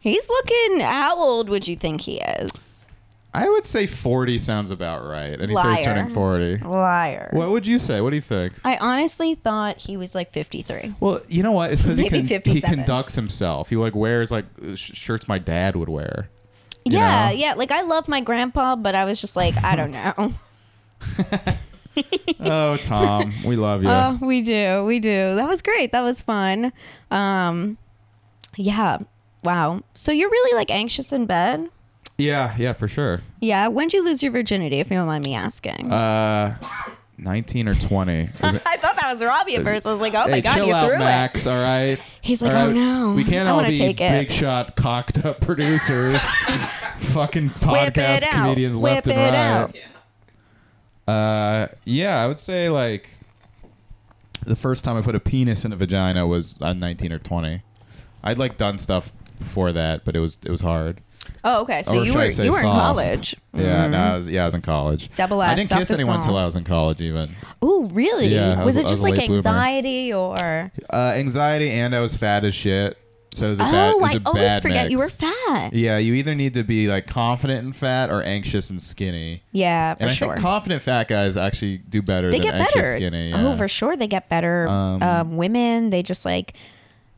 Speaker 1: He's looking how old would you think he is?
Speaker 2: I would say 40 sounds about right. And he says
Speaker 1: Liar.
Speaker 2: turning 40.
Speaker 1: Liar.
Speaker 2: What would you say? What do you think?
Speaker 1: I honestly thought he was like 53.
Speaker 2: Well, you know what? It's because he,
Speaker 1: Maybe
Speaker 2: con- he
Speaker 1: 57.
Speaker 2: conducts himself. He like wears like uh, sh- shirts my dad would wear. You
Speaker 1: yeah,
Speaker 2: know?
Speaker 1: yeah, like I love my grandpa, but I was just like, I don't know.
Speaker 2: Oh, Tom, we love you.
Speaker 1: Oh, we do. We do. That was great. That was fun. Um yeah. Wow. So you're really like anxious in bed?
Speaker 2: yeah, yeah, for sure.
Speaker 1: Yeah. When'd you lose your virginity, if you don't mind me asking?
Speaker 2: Uh, 19 or 20. Is it-
Speaker 1: I thought that was Robbie at first. I was like, oh my
Speaker 2: uh, hey,
Speaker 1: god,
Speaker 2: chill
Speaker 1: you
Speaker 2: out,
Speaker 1: threw it.
Speaker 2: Max. All right.
Speaker 1: He's like,
Speaker 2: All
Speaker 1: oh
Speaker 2: right.
Speaker 1: no.
Speaker 2: We can't
Speaker 1: I
Speaker 2: all
Speaker 1: wanna
Speaker 2: be
Speaker 1: take it.
Speaker 2: big shot, cocked up producers, fucking podcast
Speaker 1: it out.
Speaker 2: comedians left
Speaker 1: Whip
Speaker 2: and
Speaker 1: it
Speaker 2: right.
Speaker 1: out.
Speaker 3: Yeah.
Speaker 2: Uh, yeah, I would say like the first time I put a penis in a vagina was uh, 19 or 20. I'd like done stuff before that, but it was it was hard.
Speaker 1: Oh, okay. So
Speaker 2: Or
Speaker 1: you
Speaker 2: should I
Speaker 1: were
Speaker 2: say
Speaker 1: you were in
Speaker 2: soft?
Speaker 1: college.
Speaker 2: Yeah, no, I was, yeah, I was in college.
Speaker 1: Mm-hmm. Double
Speaker 2: I
Speaker 1: S,
Speaker 2: didn't
Speaker 1: soft
Speaker 2: kiss
Speaker 1: is
Speaker 2: anyone
Speaker 1: small.
Speaker 2: until I was in college, even.
Speaker 1: Ooh, really?
Speaker 2: Yeah, I
Speaker 1: was,
Speaker 2: was-
Speaker 1: it
Speaker 2: I was
Speaker 1: just
Speaker 2: a
Speaker 1: like
Speaker 2: late bloomer.
Speaker 1: anxiety or?
Speaker 2: Uh, anxiety, and I was fat as shit. So it was a bad. it
Speaker 1: Oh,
Speaker 2: was
Speaker 1: I
Speaker 2: a
Speaker 1: always
Speaker 2: bad
Speaker 1: forget you were
Speaker 2: mix.
Speaker 1: fat. Yeah,
Speaker 2: Yeah, you either need to be like confident and fat or anxious and skinny.
Speaker 1: for
Speaker 2: And I
Speaker 1: sure.
Speaker 2: think confident fat guys actually do better
Speaker 1: they
Speaker 2: than
Speaker 1: get
Speaker 2: anxious
Speaker 1: better.
Speaker 2: skinny.
Speaker 1: Oh,
Speaker 2: yeah.
Speaker 1: for sure, they get better. Um, women, they just like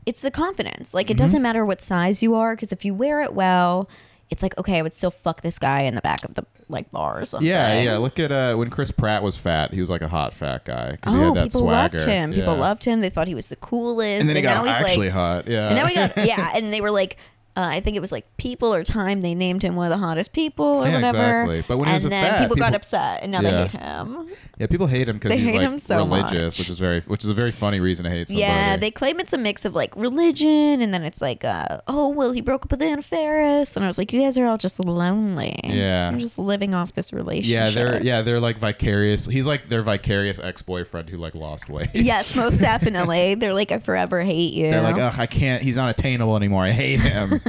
Speaker 1: it's the confidence. Like it
Speaker 2: mm-hmm.
Speaker 1: doesn't matter what size you are, because if you wear it well, it's like okay, I would still fuck this guy in the back of the like bar or something.
Speaker 2: Yeah, yeah. Look at uh, when Chris Pratt was fat, he was like a hot fat guy because he
Speaker 1: Oh,
Speaker 2: had that
Speaker 1: people
Speaker 2: swagger.
Speaker 1: loved him. People
Speaker 2: Yeah.
Speaker 1: loved him. They thought he was the coolest.
Speaker 2: And then he got
Speaker 1: now he's
Speaker 2: actually
Speaker 1: like,
Speaker 2: hot. Yeah.
Speaker 1: And now we got yeah, and they were like, uh, I think it was like People or Time. They named him one of the hottest people or
Speaker 2: Yeah,
Speaker 1: whatever.
Speaker 2: exactly. But when he
Speaker 1: and
Speaker 2: was a
Speaker 1: then
Speaker 2: fat,
Speaker 1: people, got
Speaker 2: people-
Speaker 1: upset, and now
Speaker 2: Yeah.
Speaker 1: they hate him.
Speaker 2: yeah, people hate him because
Speaker 1: They
Speaker 2: he's
Speaker 1: hate
Speaker 2: like
Speaker 1: him so
Speaker 2: religious,
Speaker 1: much.
Speaker 2: which is very, which is a very funny reason to hate somebody.
Speaker 1: Yeah, they claim it's a mix of like religion, and then it's like, uh, oh well, he broke up with Anna Faris, and I was like, you guys are all just lonely.
Speaker 2: Yeah.
Speaker 1: you're just living off this relationship.
Speaker 2: yeah, they're yeah, they're like vicarious. He's like their vicarious ex-boyfriend who like lost weight.
Speaker 1: Yes, most definitely. They're like, I forever hate you.
Speaker 2: They're like, ugh, I can't. He's not attainable anymore. I hate him.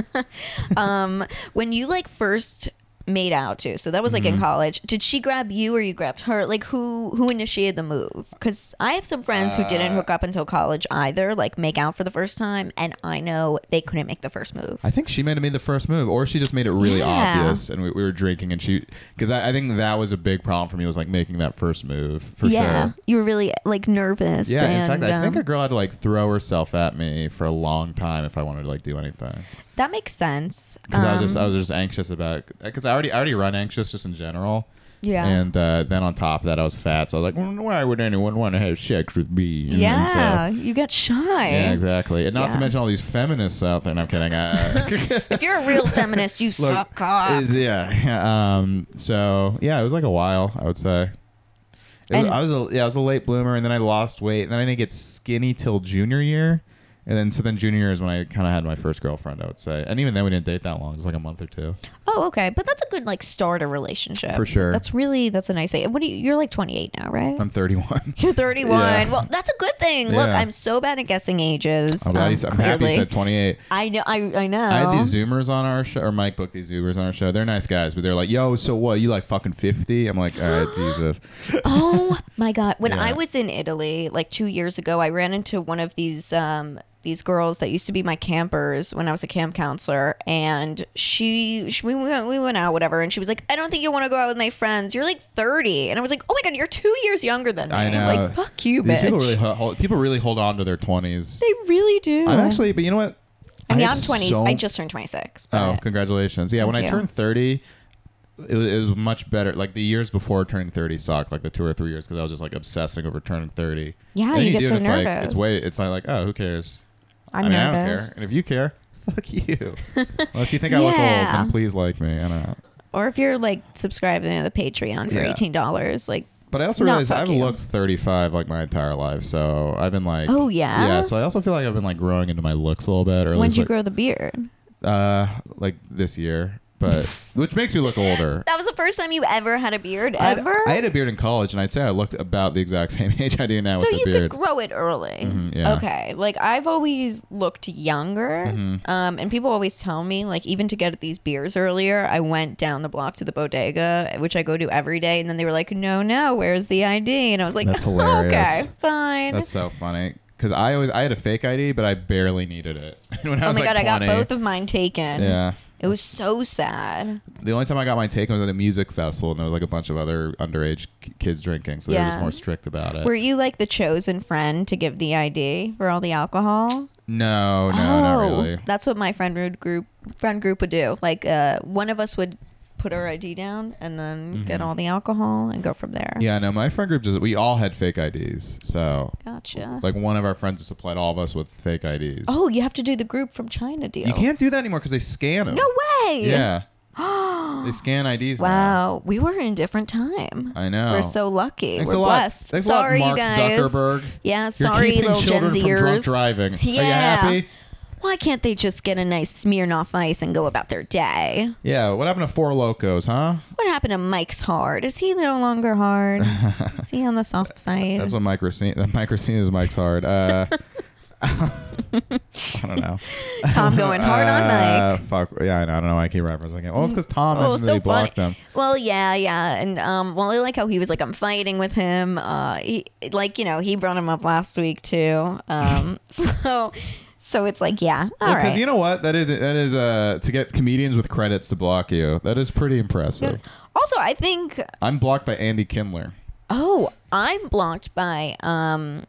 Speaker 1: when you like first made out too so that was like in
Speaker 2: Mm-hmm.
Speaker 1: college did she grab you or you grabbed her like who who initiated the move because i have some friends who
Speaker 2: Uh,
Speaker 1: didn't hook up until college either like make out for the first time and i know they couldn't make the first move
Speaker 2: I think she might have made the first move, or she just made it really
Speaker 1: Yeah.
Speaker 2: obvious, and we, we were drinking, and she because I, I think that was a big problem for me was like making that first move for
Speaker 1: yeah
Speaker 2: sure.
Speaker 1: you were really like nervous
Speaker 2: Yeah,
Speaker 1: and
Speaker 2: in fact, I think a
Speaker 1: um,
Speaker 2: girl had to like throw herself at me for a long time if I wanted to like do anything
Speaker 1: that makes sense
Speaker 2: because I was
Speaker 1: Um,
Speaker 2: just I was just anxious about because I already I already run anxious just in general.
Speaker 1: Yeah.
Speaker 2: and uh, then on top of that, I was fat, so I was like, well, why would anyone want to have sex with me? You know,
Speaker 1: yeah
Speaker 2: so-
Speaker 1: you got shy
Speaker 2: yeah, exactly, and not to
Speaker 1: Yeah.
Speaker 2: mention all these feminists out there. No, I'm kidding. Uh,
Speaker 1: if you're a real feminist you suck off
Speaker 2: is- yeah. Um. So yeah, it was like a while. I would say. It was-
Speaker 1: And-
Speaker 2: I was a, yeah, I was a late bloomer, and then I lost weight, and then I didn't get skinny till junior year, and then so then junior year is when I kind of had my first girlfriend. I would say, and even then we didn't date that long. It was like a month or two.
Speaker 1: oh okay but that's a good like start a relationship
Speaker 2: For sure.
Speaker 1: that's really that's a nice what do you you're like 28 now right
Speaker 2: I'm 31.
Speaker 1: You're 31.
Speaker 2: Yeah.
Speaker 1: Well, that's a good thing. Look,
Speaker 2: Yeah.
Speaker 1: I'm so bad at guessing ages.
Speaker 2: I'm, glad
Speaker 1: um,
Speaker 2: you said- I'm happy you
Speaker 1: clearly. Oh.
Speaker 2: said 28.
Speaker 1: I know. I, I know.
Speaker 2: I had these Zoomers on our show, or Mike booked these Zoomers on our show. They're nice guys, but they're like, "Yo, so what? You like fucking 50?" I'm like, "All right, Jesus."
Speaker 1: oh my god! When
Speaker 2: Yeah.
Speaker 1: I was in Italy like two years ago, I ran into one of these um these girls that used to be my campers when I was a camp counselor, and she, she we went we went out whatever, and she was like, "I don't think you want to go out with my friends. You're like 30," and I was like, "Oh my god, you're two years younger than me.
Speaker 2: I know.
Speaker 1: Like fuck you,
Speaker 2: These
Speaker 1: bitch.
Speaker 2: people really ho- hold, people really hold on to their 20s.
Speaker 1: they really do.
Speaker 2: I'm actually, but you know what?
Speaker 1: I mean,
Speaker 2: had
Speaker 1: I'm 20.
Speaker 2: so-
Speaker 1: I just turned 26. But
Speaker 2: Oh, congratulations! Yeah, when
Speaker 1: you.
Speaker 2: I turned 30, it was, it was much better. Like the years before turning thirty sucked, like the two or three years, because I was just like obsessing over turning thirty.
Speaker 1: Yeah,
Speaker 2: Then
Speaker 1: you get
Speaker 2: do,
Speaker 1: so
Speaker 2: and it's Like, it's way.
Speaker 1: nervous.
Speaker 2: It's like, like oh, who cares?
Speaker 1: I'm
Speaker 2: I mean, I don't care.
Speaker 1: nervous.
Speaker 2: And if you care, fuck you. Unless you think I look old,
Speaker 1: Yeah.
Speaker 2: then please like me. I don't know.
Speaker 1: or if you're like subscribing to the Patreon for
Speaker 2: Yeah.
Speaker 1: eighteen dollars, like
Speaker 2: But I also
Speaker 1: No,
Speaker 2: realized
Speaker 1: fuck
Speaker 2: I've
Speaker 1: you.
Speaker 2: looked 35 like my entire life, so I've been like,
Speaker 1: Oh, yeah?
Speaker 2: yeah. So I also feel like I've been like growing into my looks a little bit. Or at
Speaker 1: when would
Speaker 2: least,
Speaker 1: you
Speaker 2: like,
Speaker 1: grow the beard?
Speaker 2: Uh, like this year, but which makes me look older.
Speaker 1: That was the first time you ever had a beard,
Speaker 2: I had-
Speaker 1: ever.
Speaker 2: I had a beard in college, and I'd say I looked about the exact same age I do now
Speaker 1: so
Speaker 2: with
Speaker 1: you
Speaker 2: the beard. Mm-hmm,
Speaker 1: could grow it early.
Speaker 2: yeah.
Speaker 1: Okay. Like I've always looked younger.
Speaker 2: Mm-hmm.
Speaker 1: Um, and people always tell me, like, even to get these beers earlier, I went down the block to the bodega, which I go to every day, and then they were like, No, no, where's the ID? And I was like,
Speaker 2: That's hilarious.
Speaker 1: Okay, fine.
Speaker 2: That's so funny because I always I had a fake ID, but I barely needed it. when I
Speaker 1: oh
Speaker 2: was
Speaker 1: my
Speaker 2: like
Speaker 1: god, I
Speaker 2: 20,
Speaker 1: got both of mine taken.
Speaker 2: Yeah.
Speaker 1: It was so sad.
Speaker 2: The only time I got my taken was at a music festival, and there was like a bunch of other underage k- kids drinking, so they were
Speaker 1: Yeah.
Speaker 2: just more strict about it.
Speaker 1: Were you like the chosen friend to give the ID for all the alcohol?
Speaker 2: no, no, not
Speaker 1: Oh.
Speaker 2: really.
Speaker 1: That's what my friend rude group friend group would do. Like uh, one of us would put our ID down and then get all the alcohol and go from there.
Speaker 2: Mm-hmm. Yeah, no, my friend group just we all had fake IDs. So
Speaker 1: Gotcha.
Speaker 2: like one of our friends just supplied all of us with fake IDs.
Speaker 1: oh, you have to do the group from China deal.
Speaker 2: You can't do that anymore because they scan them.
Speaker 1: No way.
Speaker 2: Yeah. they scan IDs. now.
Speaker 1: Wow, we were in a different time.
Speaker 2: I know.
Speaker 1: We're so lucky.
Speaker 2: Thanks
Speaker 1: we're
Speaker 2: a lot.
Speaker 1: blessed.
Speaker 2: Thanks
Speaker 1: sorry,
Speaker 2: a lot, Mark
Speaker 1: you guys.
Speaker 2: Zuckerberg.
Speaker 1: Yeah,
Speaker 2: You're
Speaker 1: sorry,
Speaker 2: keeping
Speaker 1: little Gen
Speaker 2: children from drunk
Speaker 1: Zers.
Speaker 2: driving. Are you
Speaker 1: Yeah.
Speaker 2: happy?
Speaker 1: Why can't they just get a nice Smirnoff Ice and go about their day?
Speaker 2: Yeah. What happened to Four Locos, huh?
Speaker 1: What happened to Mike's hard? Is he no longer hard? Is he on the soft side?
Speaker 2: That's what Mike Racine. That Mike Racine is Mike's hard. Uh, I don't know.
Speaker 1: Tom going hard on
Speaker 2: Uh,
Speaker 1: Mike.
Speaker 2: fuck. Yeah, I, know, I don't know. why I keep referencing it. Well, it's because Tom
Speaker 1: Oh,
Speaker 2: mentioned
Speaker 1: it's
Speaker 2: that
Speaker 1: so
Speaker 2: he
Speaker 1: funny.
Speaker 2: blocked them.
Speaker 1: Well, yeah, yeah, and um, well, I like how he was like, "I'm fighting with him." Uh, he, like, you know, he brought him up last week too. Um, so, so it's like, yeah, all right.
Speaker 2: Because you know what? That is that is uh to get comedians with credits to block you. That is pretty impressive.
Speaker 1: also, I think,
Speaker 2: I'm blocked by Andy Kindler.
Speaker 1: oh, I'm blocked by um,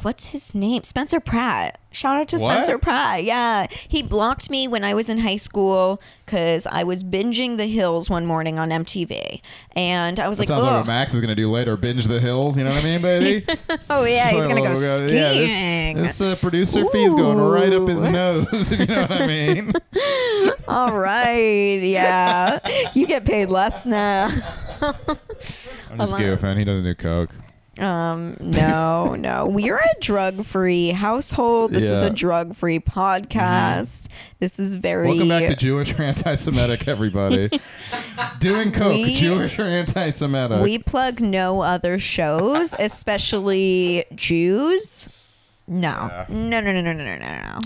Speaker 1: what's his name? Spencer Pratt. Shout out to
Speaker 2: What?
Speaker 1: Spencer Pratt. Yeah, he blocked me when I was in high school because I was binging The Hills one morning on MTV, and I was
Speaker 2: That
Speaker 1: like,
Speaker 2: sounds like
Speaker 1: oh.
Speaker 2: what Max is gonna do later. Binge the hills. You know what I mean, baby?
Speaker 1: Oh yeah, he's gonna go skiing.
Speaker 2: Yeah, this- this uh, producer fee is going right up his
Speaker 1: Ooh.
Speaker 2: nose. If you know what I mean.
Speaker 1: All right, yeah. You get paid less now.
Speaker 2: I'm just
Speaker 1: Hold on.
Speaker 2: goofing. He doesn't do coke.
Speaker 1: Um, no, no. We're a drug-free household. This is
Speaker 2: Yeah. Mm-hmm.
Speaker 1: a drug-free podcast. This is very
Speaker 2: Welcome back to Jewish or anti-Semitic, everybody. Doing coke,
Speaker 1: We-
Speaker 2: Jewish or anti-Semitic.
Speaker 1: we plug no other shows, especially Jews. No. No, no, no, no, no, no, no,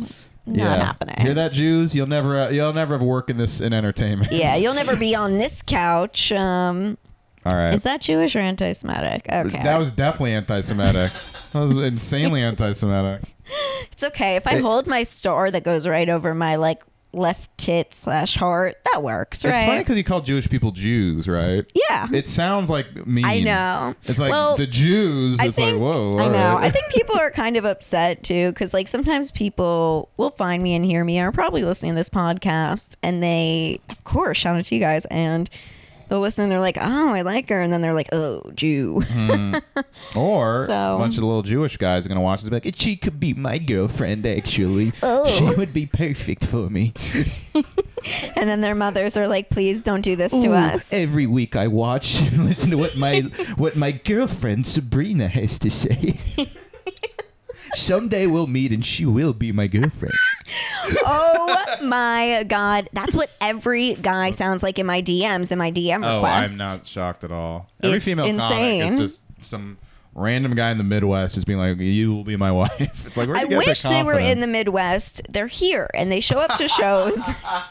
Speaker 1: no. Not happening.
Speaker 2: Hear that, Jews? You'll never, uh, you'll never have work in this in entertainment.
Speaker 1: Yeah, you'll never be on this couch. Um,
Speaker 2: All right.
Speaker 1: is that Jewish or anti-Semitic? Okay,
Speaker 2: That was definitely anti-Semitic. that was insanely anti-Semitic.
Speaker 1: It's okay if I hold my star that goes right over my like left tit slash heart. That works, right?
Speaker 2: It's funny because you call Jewish people Jews, right?
Speaker 1: yeah,
Speaker 2: It sounds like mean.
Speaker 1: I know.
Speaker 2: It's like
Speaker 1: Well,
Speaker 2: the Jews.
Speaker 1: I
Speaker 2: It's
Speaker 1: think
Speaker 2: like whoa.
Speaker 1: I
Speaker 2: all
Speaker 1: know.
Speaker 2: right.
Speaker 1: I think people are kind of upset too because like sometimes people will find me and hear me and are probably listening to this podcast and they, of course, shout out to you guys and. They'll listen and they're like, oh, I like her. And then they're like, oh, Jew.
Speaker 2: Hmm. Or
Speaker 1: So-
Speaker 2: a bunch of little Jewish guys are gonna watch this and be like, she could be my girlfriend actually.
Speaker 1: Oh.
Speaker 2: She would be perfect for me.
Speaker 1: and then their mothers are like, please don't do this to
Speaker 2: Ooh,
Speaker 1: us.
Speaker 2: Every week I watch and listen to what my what my girlfriend Sabrina has to say. Someday we'll meet and she will be my girlfriend.
Speaker 1: oh my God. That's what every guy sounds like in my DMs, in my DM
Speaker 2: Oh,
Speaker 1: requests.
Speaker 2: I'm not shocked at all. Every
Speaker 1: It's
Speaker 2: female
Speaker 1: insane.
Speaker 2: comic is just some random guy in the Midwest just being like, "You will be my wife." It's like where
Speaker 1: I
Speaker 2: you get
Speaker 1: wish
Speaker 2: that
Speaker 1: they were in
Speaker 2: confidence?
Speaker 1: the Midwest. They're here and they show up to shows.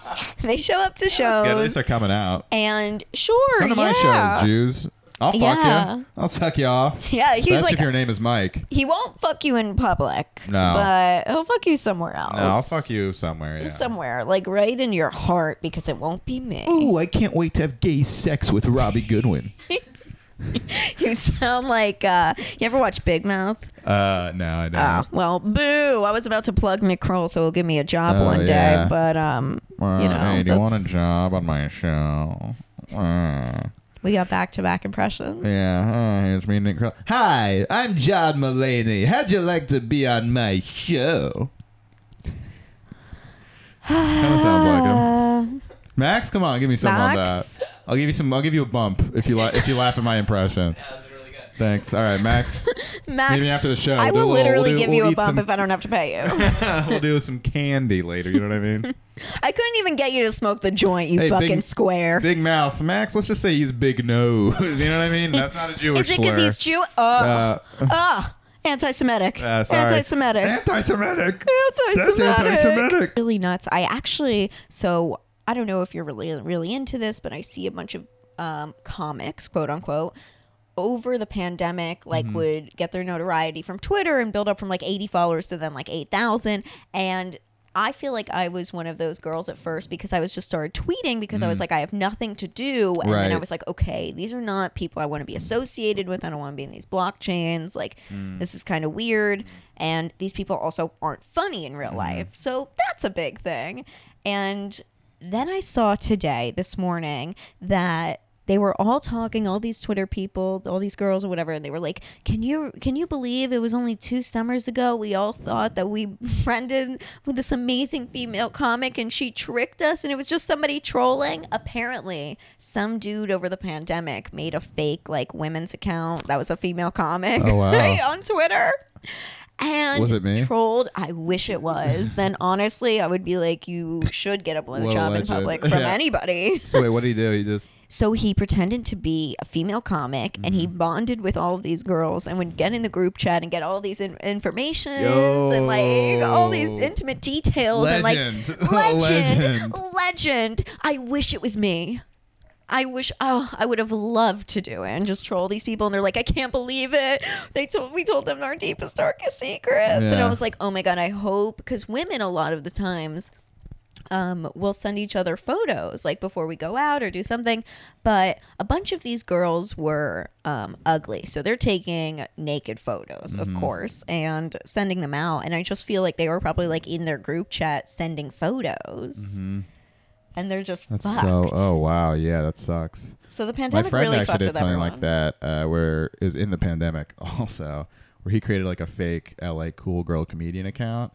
Speaker 1: they show up to
Speaker 2: It's good. At least
Speaker 1: shows.
Speaker 2: they're coming out.
Speaker 1: And sure,
Speaker 2: Come to
Speaker 1: yeah.
Speaker 2: my shows, Jews. I'll fuck
Speaker 1: Yeah.
Speaker 2: you. I'll suck you off.
Speaker 1: Yeah, he's
Speaker 2: especially
Speaker 1: like-
Speaker 2: if your name is Mike.
Speaker 1: He won't fuck you in public.
Speaker 2: No.
Speaker 1: But he'll fuck you somewhere else.
Speaker 2: No, I'll fuck you somewhere. Yeah.
Speaker 1: Somewhere, like right in your heart, because it won't be me.
Speaker 2: Ooh, I can't wait to have gay sex with Robbie Goodwin.
Speaker 1: You sound like uh, you ever watch Big Mouth?
Speaker 2: uh, no, I don't.
Speaker 1: Oh, well, boo! I was about to plug Nick Kroll, so he'll give me a job
Speaker 2: Oh,
Speaker 1: one day.
Speaker 2: yeah.
Speaker 1: But um,
Speaker 2: Uh,
Speaker 1: you know,
Speaker 2: hey, do you want a
Speaker 1: that's-
Speaker 2: job on my show? Uh,
Speaker 1: We got back to back impressions.
Speaker 2: yeah, uh, here's me, Nick. Cro- Hi, I'm John Mulaney. How'd you like to be on my show? kind of sounds like him.
Speaker 1: Uh,
Speaker 2: Max, come on, give me some
Speaker 1: Max?
Speaker 2: on that. I'll give you some. I'll give you a bump if you la- if you laugh at my impression.
Speaker 3: That was really good.
Speaker 2: Thanks. All right, Max.
Speaker 1: Max,
Speaker 2: Maybe after the show,
Speaker 1: I
Speaker 2: do a
Speaker 1: will
Speaker 2: little-
Speaker 1: literally
Speaker 2: we'll do-
Speaker 1: give
Speaker 2: we'll
Speaker 1: you a
Speaker 2: eat
Speaker 1: bump
Speaker 2: some-
Speaker 1: if I don't have to pay you.
Speaker 2: we'll do some candy later. You know what I mean?
Speaker 1: I couldn't even get you to smoke the joint, you
Speaker 2: Hey,
Speaker 1: fucking
Speaker 2: big-
Speaker 1: square.
Speaker 2: Big mouth, Max. Let's just say he's big nose. You know what I mean? That's not a Jewish
Speaker 1: Is it
Speaker 2: slur.
Speaker 1: because he's Jew? Oh,
Speaker 2: Uh,
Speaker 1: Ah, anti-Semitic.
Speaker 2: uh, sorry.
Speaker 1: anti-Semitic.
Speaker 2: Anti-Semitic.
Speaker 1: anti-Semitic.
Speaker 2: That's anti-Semitic.
Speaker 1: Really nuts. I actually so I don't know if you're really really into this, but I see a bunch of um, comics, quote unquote, over the pandemic, like would get their notoriety from Twitter and build up from like 80 followers to then like 8,000 and. I feel like I was one of those girls at first because I was just started tweeting because I was like, I have nothing to do. And then I
Speaker 2: Right.
Speaker 1: was like, okay, these are not people I want to be associated with. I don't want to be in these blockchains. Like, this is kind of weird. And these people also aren't funny in real life. So that's a big thing. And then I saw today, this morning, that they were all talking all these twitter people all these girls or whatever and they were like can you can you believe it was only two summers ago we all thought that we friended with this amazing female comic and she tricked us and it was just somebody trolling apparently some dude over the pandemic made a fake like women's account that was a female comic
Speaker 2: Oh, wow.
Speaker 1: right, on twitter and
Speaker 2: Was it me?
Speaker 1: trolled i wish it was then honestly i would be like you should get a blow
Speaker 2: What a
Speaker 1: job in
Speaker 2: legend.
Speaker 1: public from
Speaker 2: Yeah.
Speaker 1: anybody
Speaker 2: So wait, what did he do? He just
Speaker 1: so he pretended to be a female comic and
Speaker 2: Mm-hmm.
Speaker 1: he bonded with all of these girls and would get in the group chat and get all these in- information and like all these
Speaker 2: Yo.
Speaker 1: intimate details and like
Speaker 2: Legend.
Speaker 1: legend,
Speaker 2: Legend.
Speaker 1: legend. I wish it was me. I wish oh I would have loved to do it and just troll these people and they're like I can't believe it they told we told them our deepest darkest secrets and I
Speaker 2: Yeah.
Speaker 1: was like oh my god I hope because women a lot of the times um, we'll send each other photos like before we go out or do something. But a bunch of these girls were um, ugly. So they're taking naked photos,
Speaker 2: Mm-hmm.
Speaker 1: of course, and sending them out. And I just feel like they were probably like in their group chat sending photos. And they're just
Speaker 2: Mm-hmm. that's
Speaker 1: fucked.
Speaker 2: so.
Speaker 1: So,
Speaker 2: Oh wow, yeah, that sucks.
Speaker 1: the
Speaker 2: My
Speaker 1: pandemic
Speaker 2: friend
Speaker 1: really
Speaker 2: actually
Speaker 1: fucked
Speaker 2: did
Speaker 1: with
Speaker 2: something
Speaker 1: everyone.
Speaker 2: like that, uh, where it was in the pandemic also, where he created like a fake LA cool girl comedian account.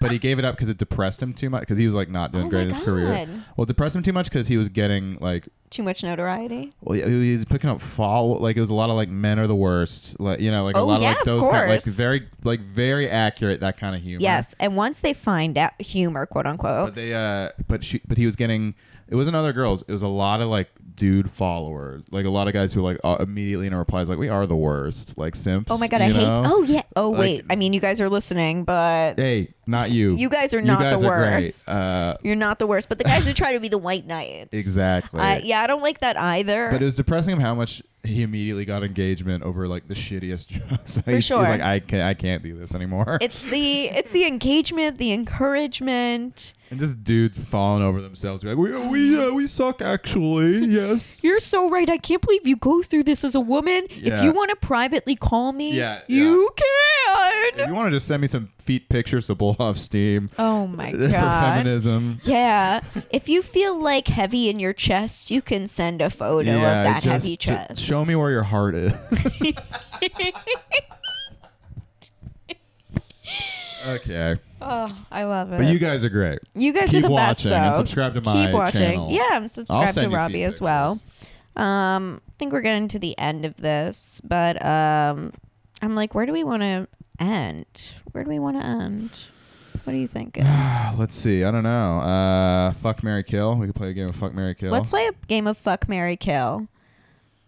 Speaker 2: but he gave it up because it depressed him too much because he was like not doing
Speaker 1: Oh
Speaker 2: great in
Speaker 1: my
Speaker 2: his career.
Speaker 1: God.
Speaker 2: Well, it depressed him too much because he was getting like
Speaker 1: Too much notoriety.
Speaker 2: Well, yeah, he was picking up follow like it was a lot of like men are the worst, like you know, like
Speaker 1: Oh,
Speaker 2: a lot
Speaker 1: yeah, of
Speaker 2: of like those kind, like
Speaker 1: course.
Speaker 2: very like very accurate that kind of humor.
Speaker 1: Yes. And once they find out humor, quote unquote.
Speaker 2: But they uh but she but he was getting it wasn't other girls, it was a lot of like dude followers. Like a lot of guys who were like uh, immediately in a reply is like we are the worst, like simps.
Speaker 1: Oh my god,
Speaker 2: you
Speaker 1: I hate.
Speaker 2: know?
Speaker 1: Oh yeah. Oh
Speaker 2: Like-
Speaker 1: wait. I mean, you guys are listening, but
Speaker 2: Hey, not you.
Speaker 1: You guys are not the
Speaker 2: guys are great.
Speaker 1: worst.
Speaker 2: Uh
Speaker 1: You're not the worst, but the guys who try to be the white knights.
Speaker 2: exactly.
Speaker 1: Uh, yeah, I don't like that either.
Speaker 2: But it was depressing him how much he immediately got engagement over like the shittiest jobs. For
Speaker 1: sure.
Speaker 2: He's like, I can't, I can't do this anymore.
Speaker 1: it's the it's the engagement, the encouragement.
Speaker 2: And just dudes falling over themselves, be like, we we uh, we suck actually. Yes.
Speaker 1: You're so right. I can't believe you go through this as a woman. If
Speaker 2: Yeah.
Speaker 1: you want to privately call me,
Speaker 2: Yeah,
Speaker 1: you
Speaker 2: If
Speaker 1: can.
Speaker 2: you want to just send me some feet pictures to blow off steam
Speaker 1: Oh my
Speaker 2: for
Speaker 1: god.
Speaker 2: feminism.
Speaker 1: Yeah. If you feel like heavy in your chest, you can send a photo
Speaker 2: yeah,
Speaker 1: of that
Speaker 2: just,
Speaker 1: heavy
Speaker 2: ju-
Speaker 1: chest.
Speaker 2: show me where your heart is. okay,
Speaker 1: Oh, I love it.
Speaker 2: but you guys are great.
Speaker 1: You guys
Speaker 2: Keep
Speaker 1: are the best
Speaker 2: watching
Speaker 1: though.
Speaker 2: and subscribe to my
Speaker 1: Keep watching.
Speaker 2: channel.
Speaker 1: Yeah, I'm
Speaker 2: I'll
Speaker 1: subscribed to
Speaker 2: send you
Speaker 1: Robbie
Speaker 2: feet
Speaker 1: as well.
Speaker 2: pictures.
Speaker 1: Um, I think we're getting to the end of this, but um, I'm like, where do we want to end? Where do we want to end? What are you thinking?
Speaker 2: Ah, Let's see. I don't know. Uh, fuck Mary Kill. We could play a game of Fuck Mary Kill.
Speaker 1: Let's play a game of fuck, Mary kill,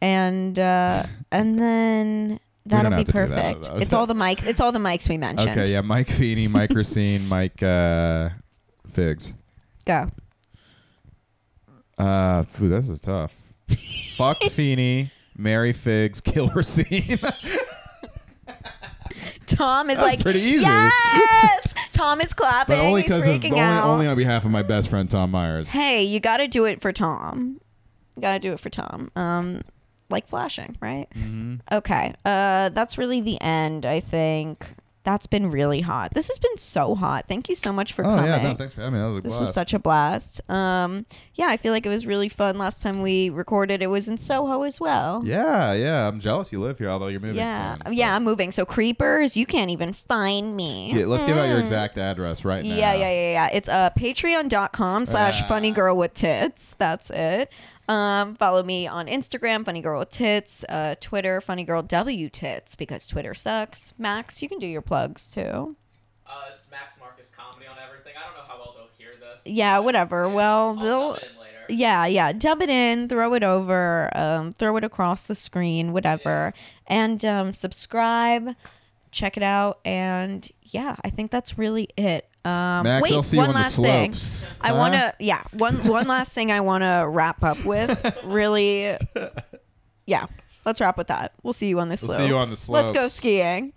Speaker 1: and uh, and then
Speaker 2: don't
Speaker 1: that'll be
Speaker 2: have to do that.
Speaker 1: perfect. It's all the mics. It's all the mics we mentioned.
Speaker 2: Okay, yeah, Mike Feeney, Mike Racine, Mike uh, Figs.
Speaker 1: Go.
Speaker 2: Uh, ooh, this is tough. Fuck Feeney, Mary Figs, kill Racine.
Speaker 1: Tom is
Speaker 2: That was
Speaker 1: like
Speaker 2: pretty easy.
Speaker 1: Yes. Tom is clapping.
Speaker 2: but only
Speaker 1: He's
Speaker 2: because of
Speaker 1: freaking
Speaker 2: only,
Speaker 1: out.
Speaker 2: only on behalf of my best friend Tom Myers.
Speaker 1: hey, you got to do it for Tom. You got to do it for Tom. Um,
Speaker 2: Mm-hmm.
Speaker 1: like flashing, right? Okay. Uh, that's really the end. I think That's been really hot. This has been so hot. Thank you so much for
Speaker 2: Oh
Speaker 1: coming.
Speaker 2: yeah, no, thanks for having me. That was a
Speaker 1: This
Speaker 2: blast.
Speaker 1: was such a blast. Um, yeah, I feel like it was really fun. Last time we recorded, it was in Soho as well.
Speaker 2: yeah, yeah. I'm jealous you live here, although you're moving.
Speaker 1: Yeah,
Speaker 2: soon.
Speaker 1: yeah, I'm moving. So creepers, you can't even find me.
Speaker 2: Yeah, let's give out your exact address right now.
Speaker 1: Mm. Yeah, yeah, yeah, yeah. It's uh, patreon.com slash funny girl with tits. That's it. Um, follow me on Instagram, funny girl with tits, uh, Twitter, funny girl W tits, because Twitter sucks. Max, you can do your plugs too.
Speaker 3: Uh, it's Max Marcus comedy on everything. I don't know how well they'll hear this.
Speaker 1: Yeah, whatever. Well,
Speaker 3: I'll
Speaker 1: they'll,
Speaker 3: dub it in later.
Speaker 1: yeah, yeah. Dub it in, throw it over, um, throw it across the screen, whatever. And um, subscribe, check it out. And yeah, I think that's really it. Um,
Speaker 2: Max,
Speaker 1: wait,
Speaker 2: I'll see you
Speaker 1: one
Speaker 2: on the
Speaker 1: last thing.
Speaker 2: slopes.
Speaker 1: I
Speaker 2: Huh?
Speaker 1: want to, yeah. One one last thing I want to wrap up with. Really, yeah. Let's wrap with that. We'll see you on the slopes.
Speaker 2: We'll see you on the
Speaker 1: Let's go
Speaker 2: slopes.
Speaker 1: skiing.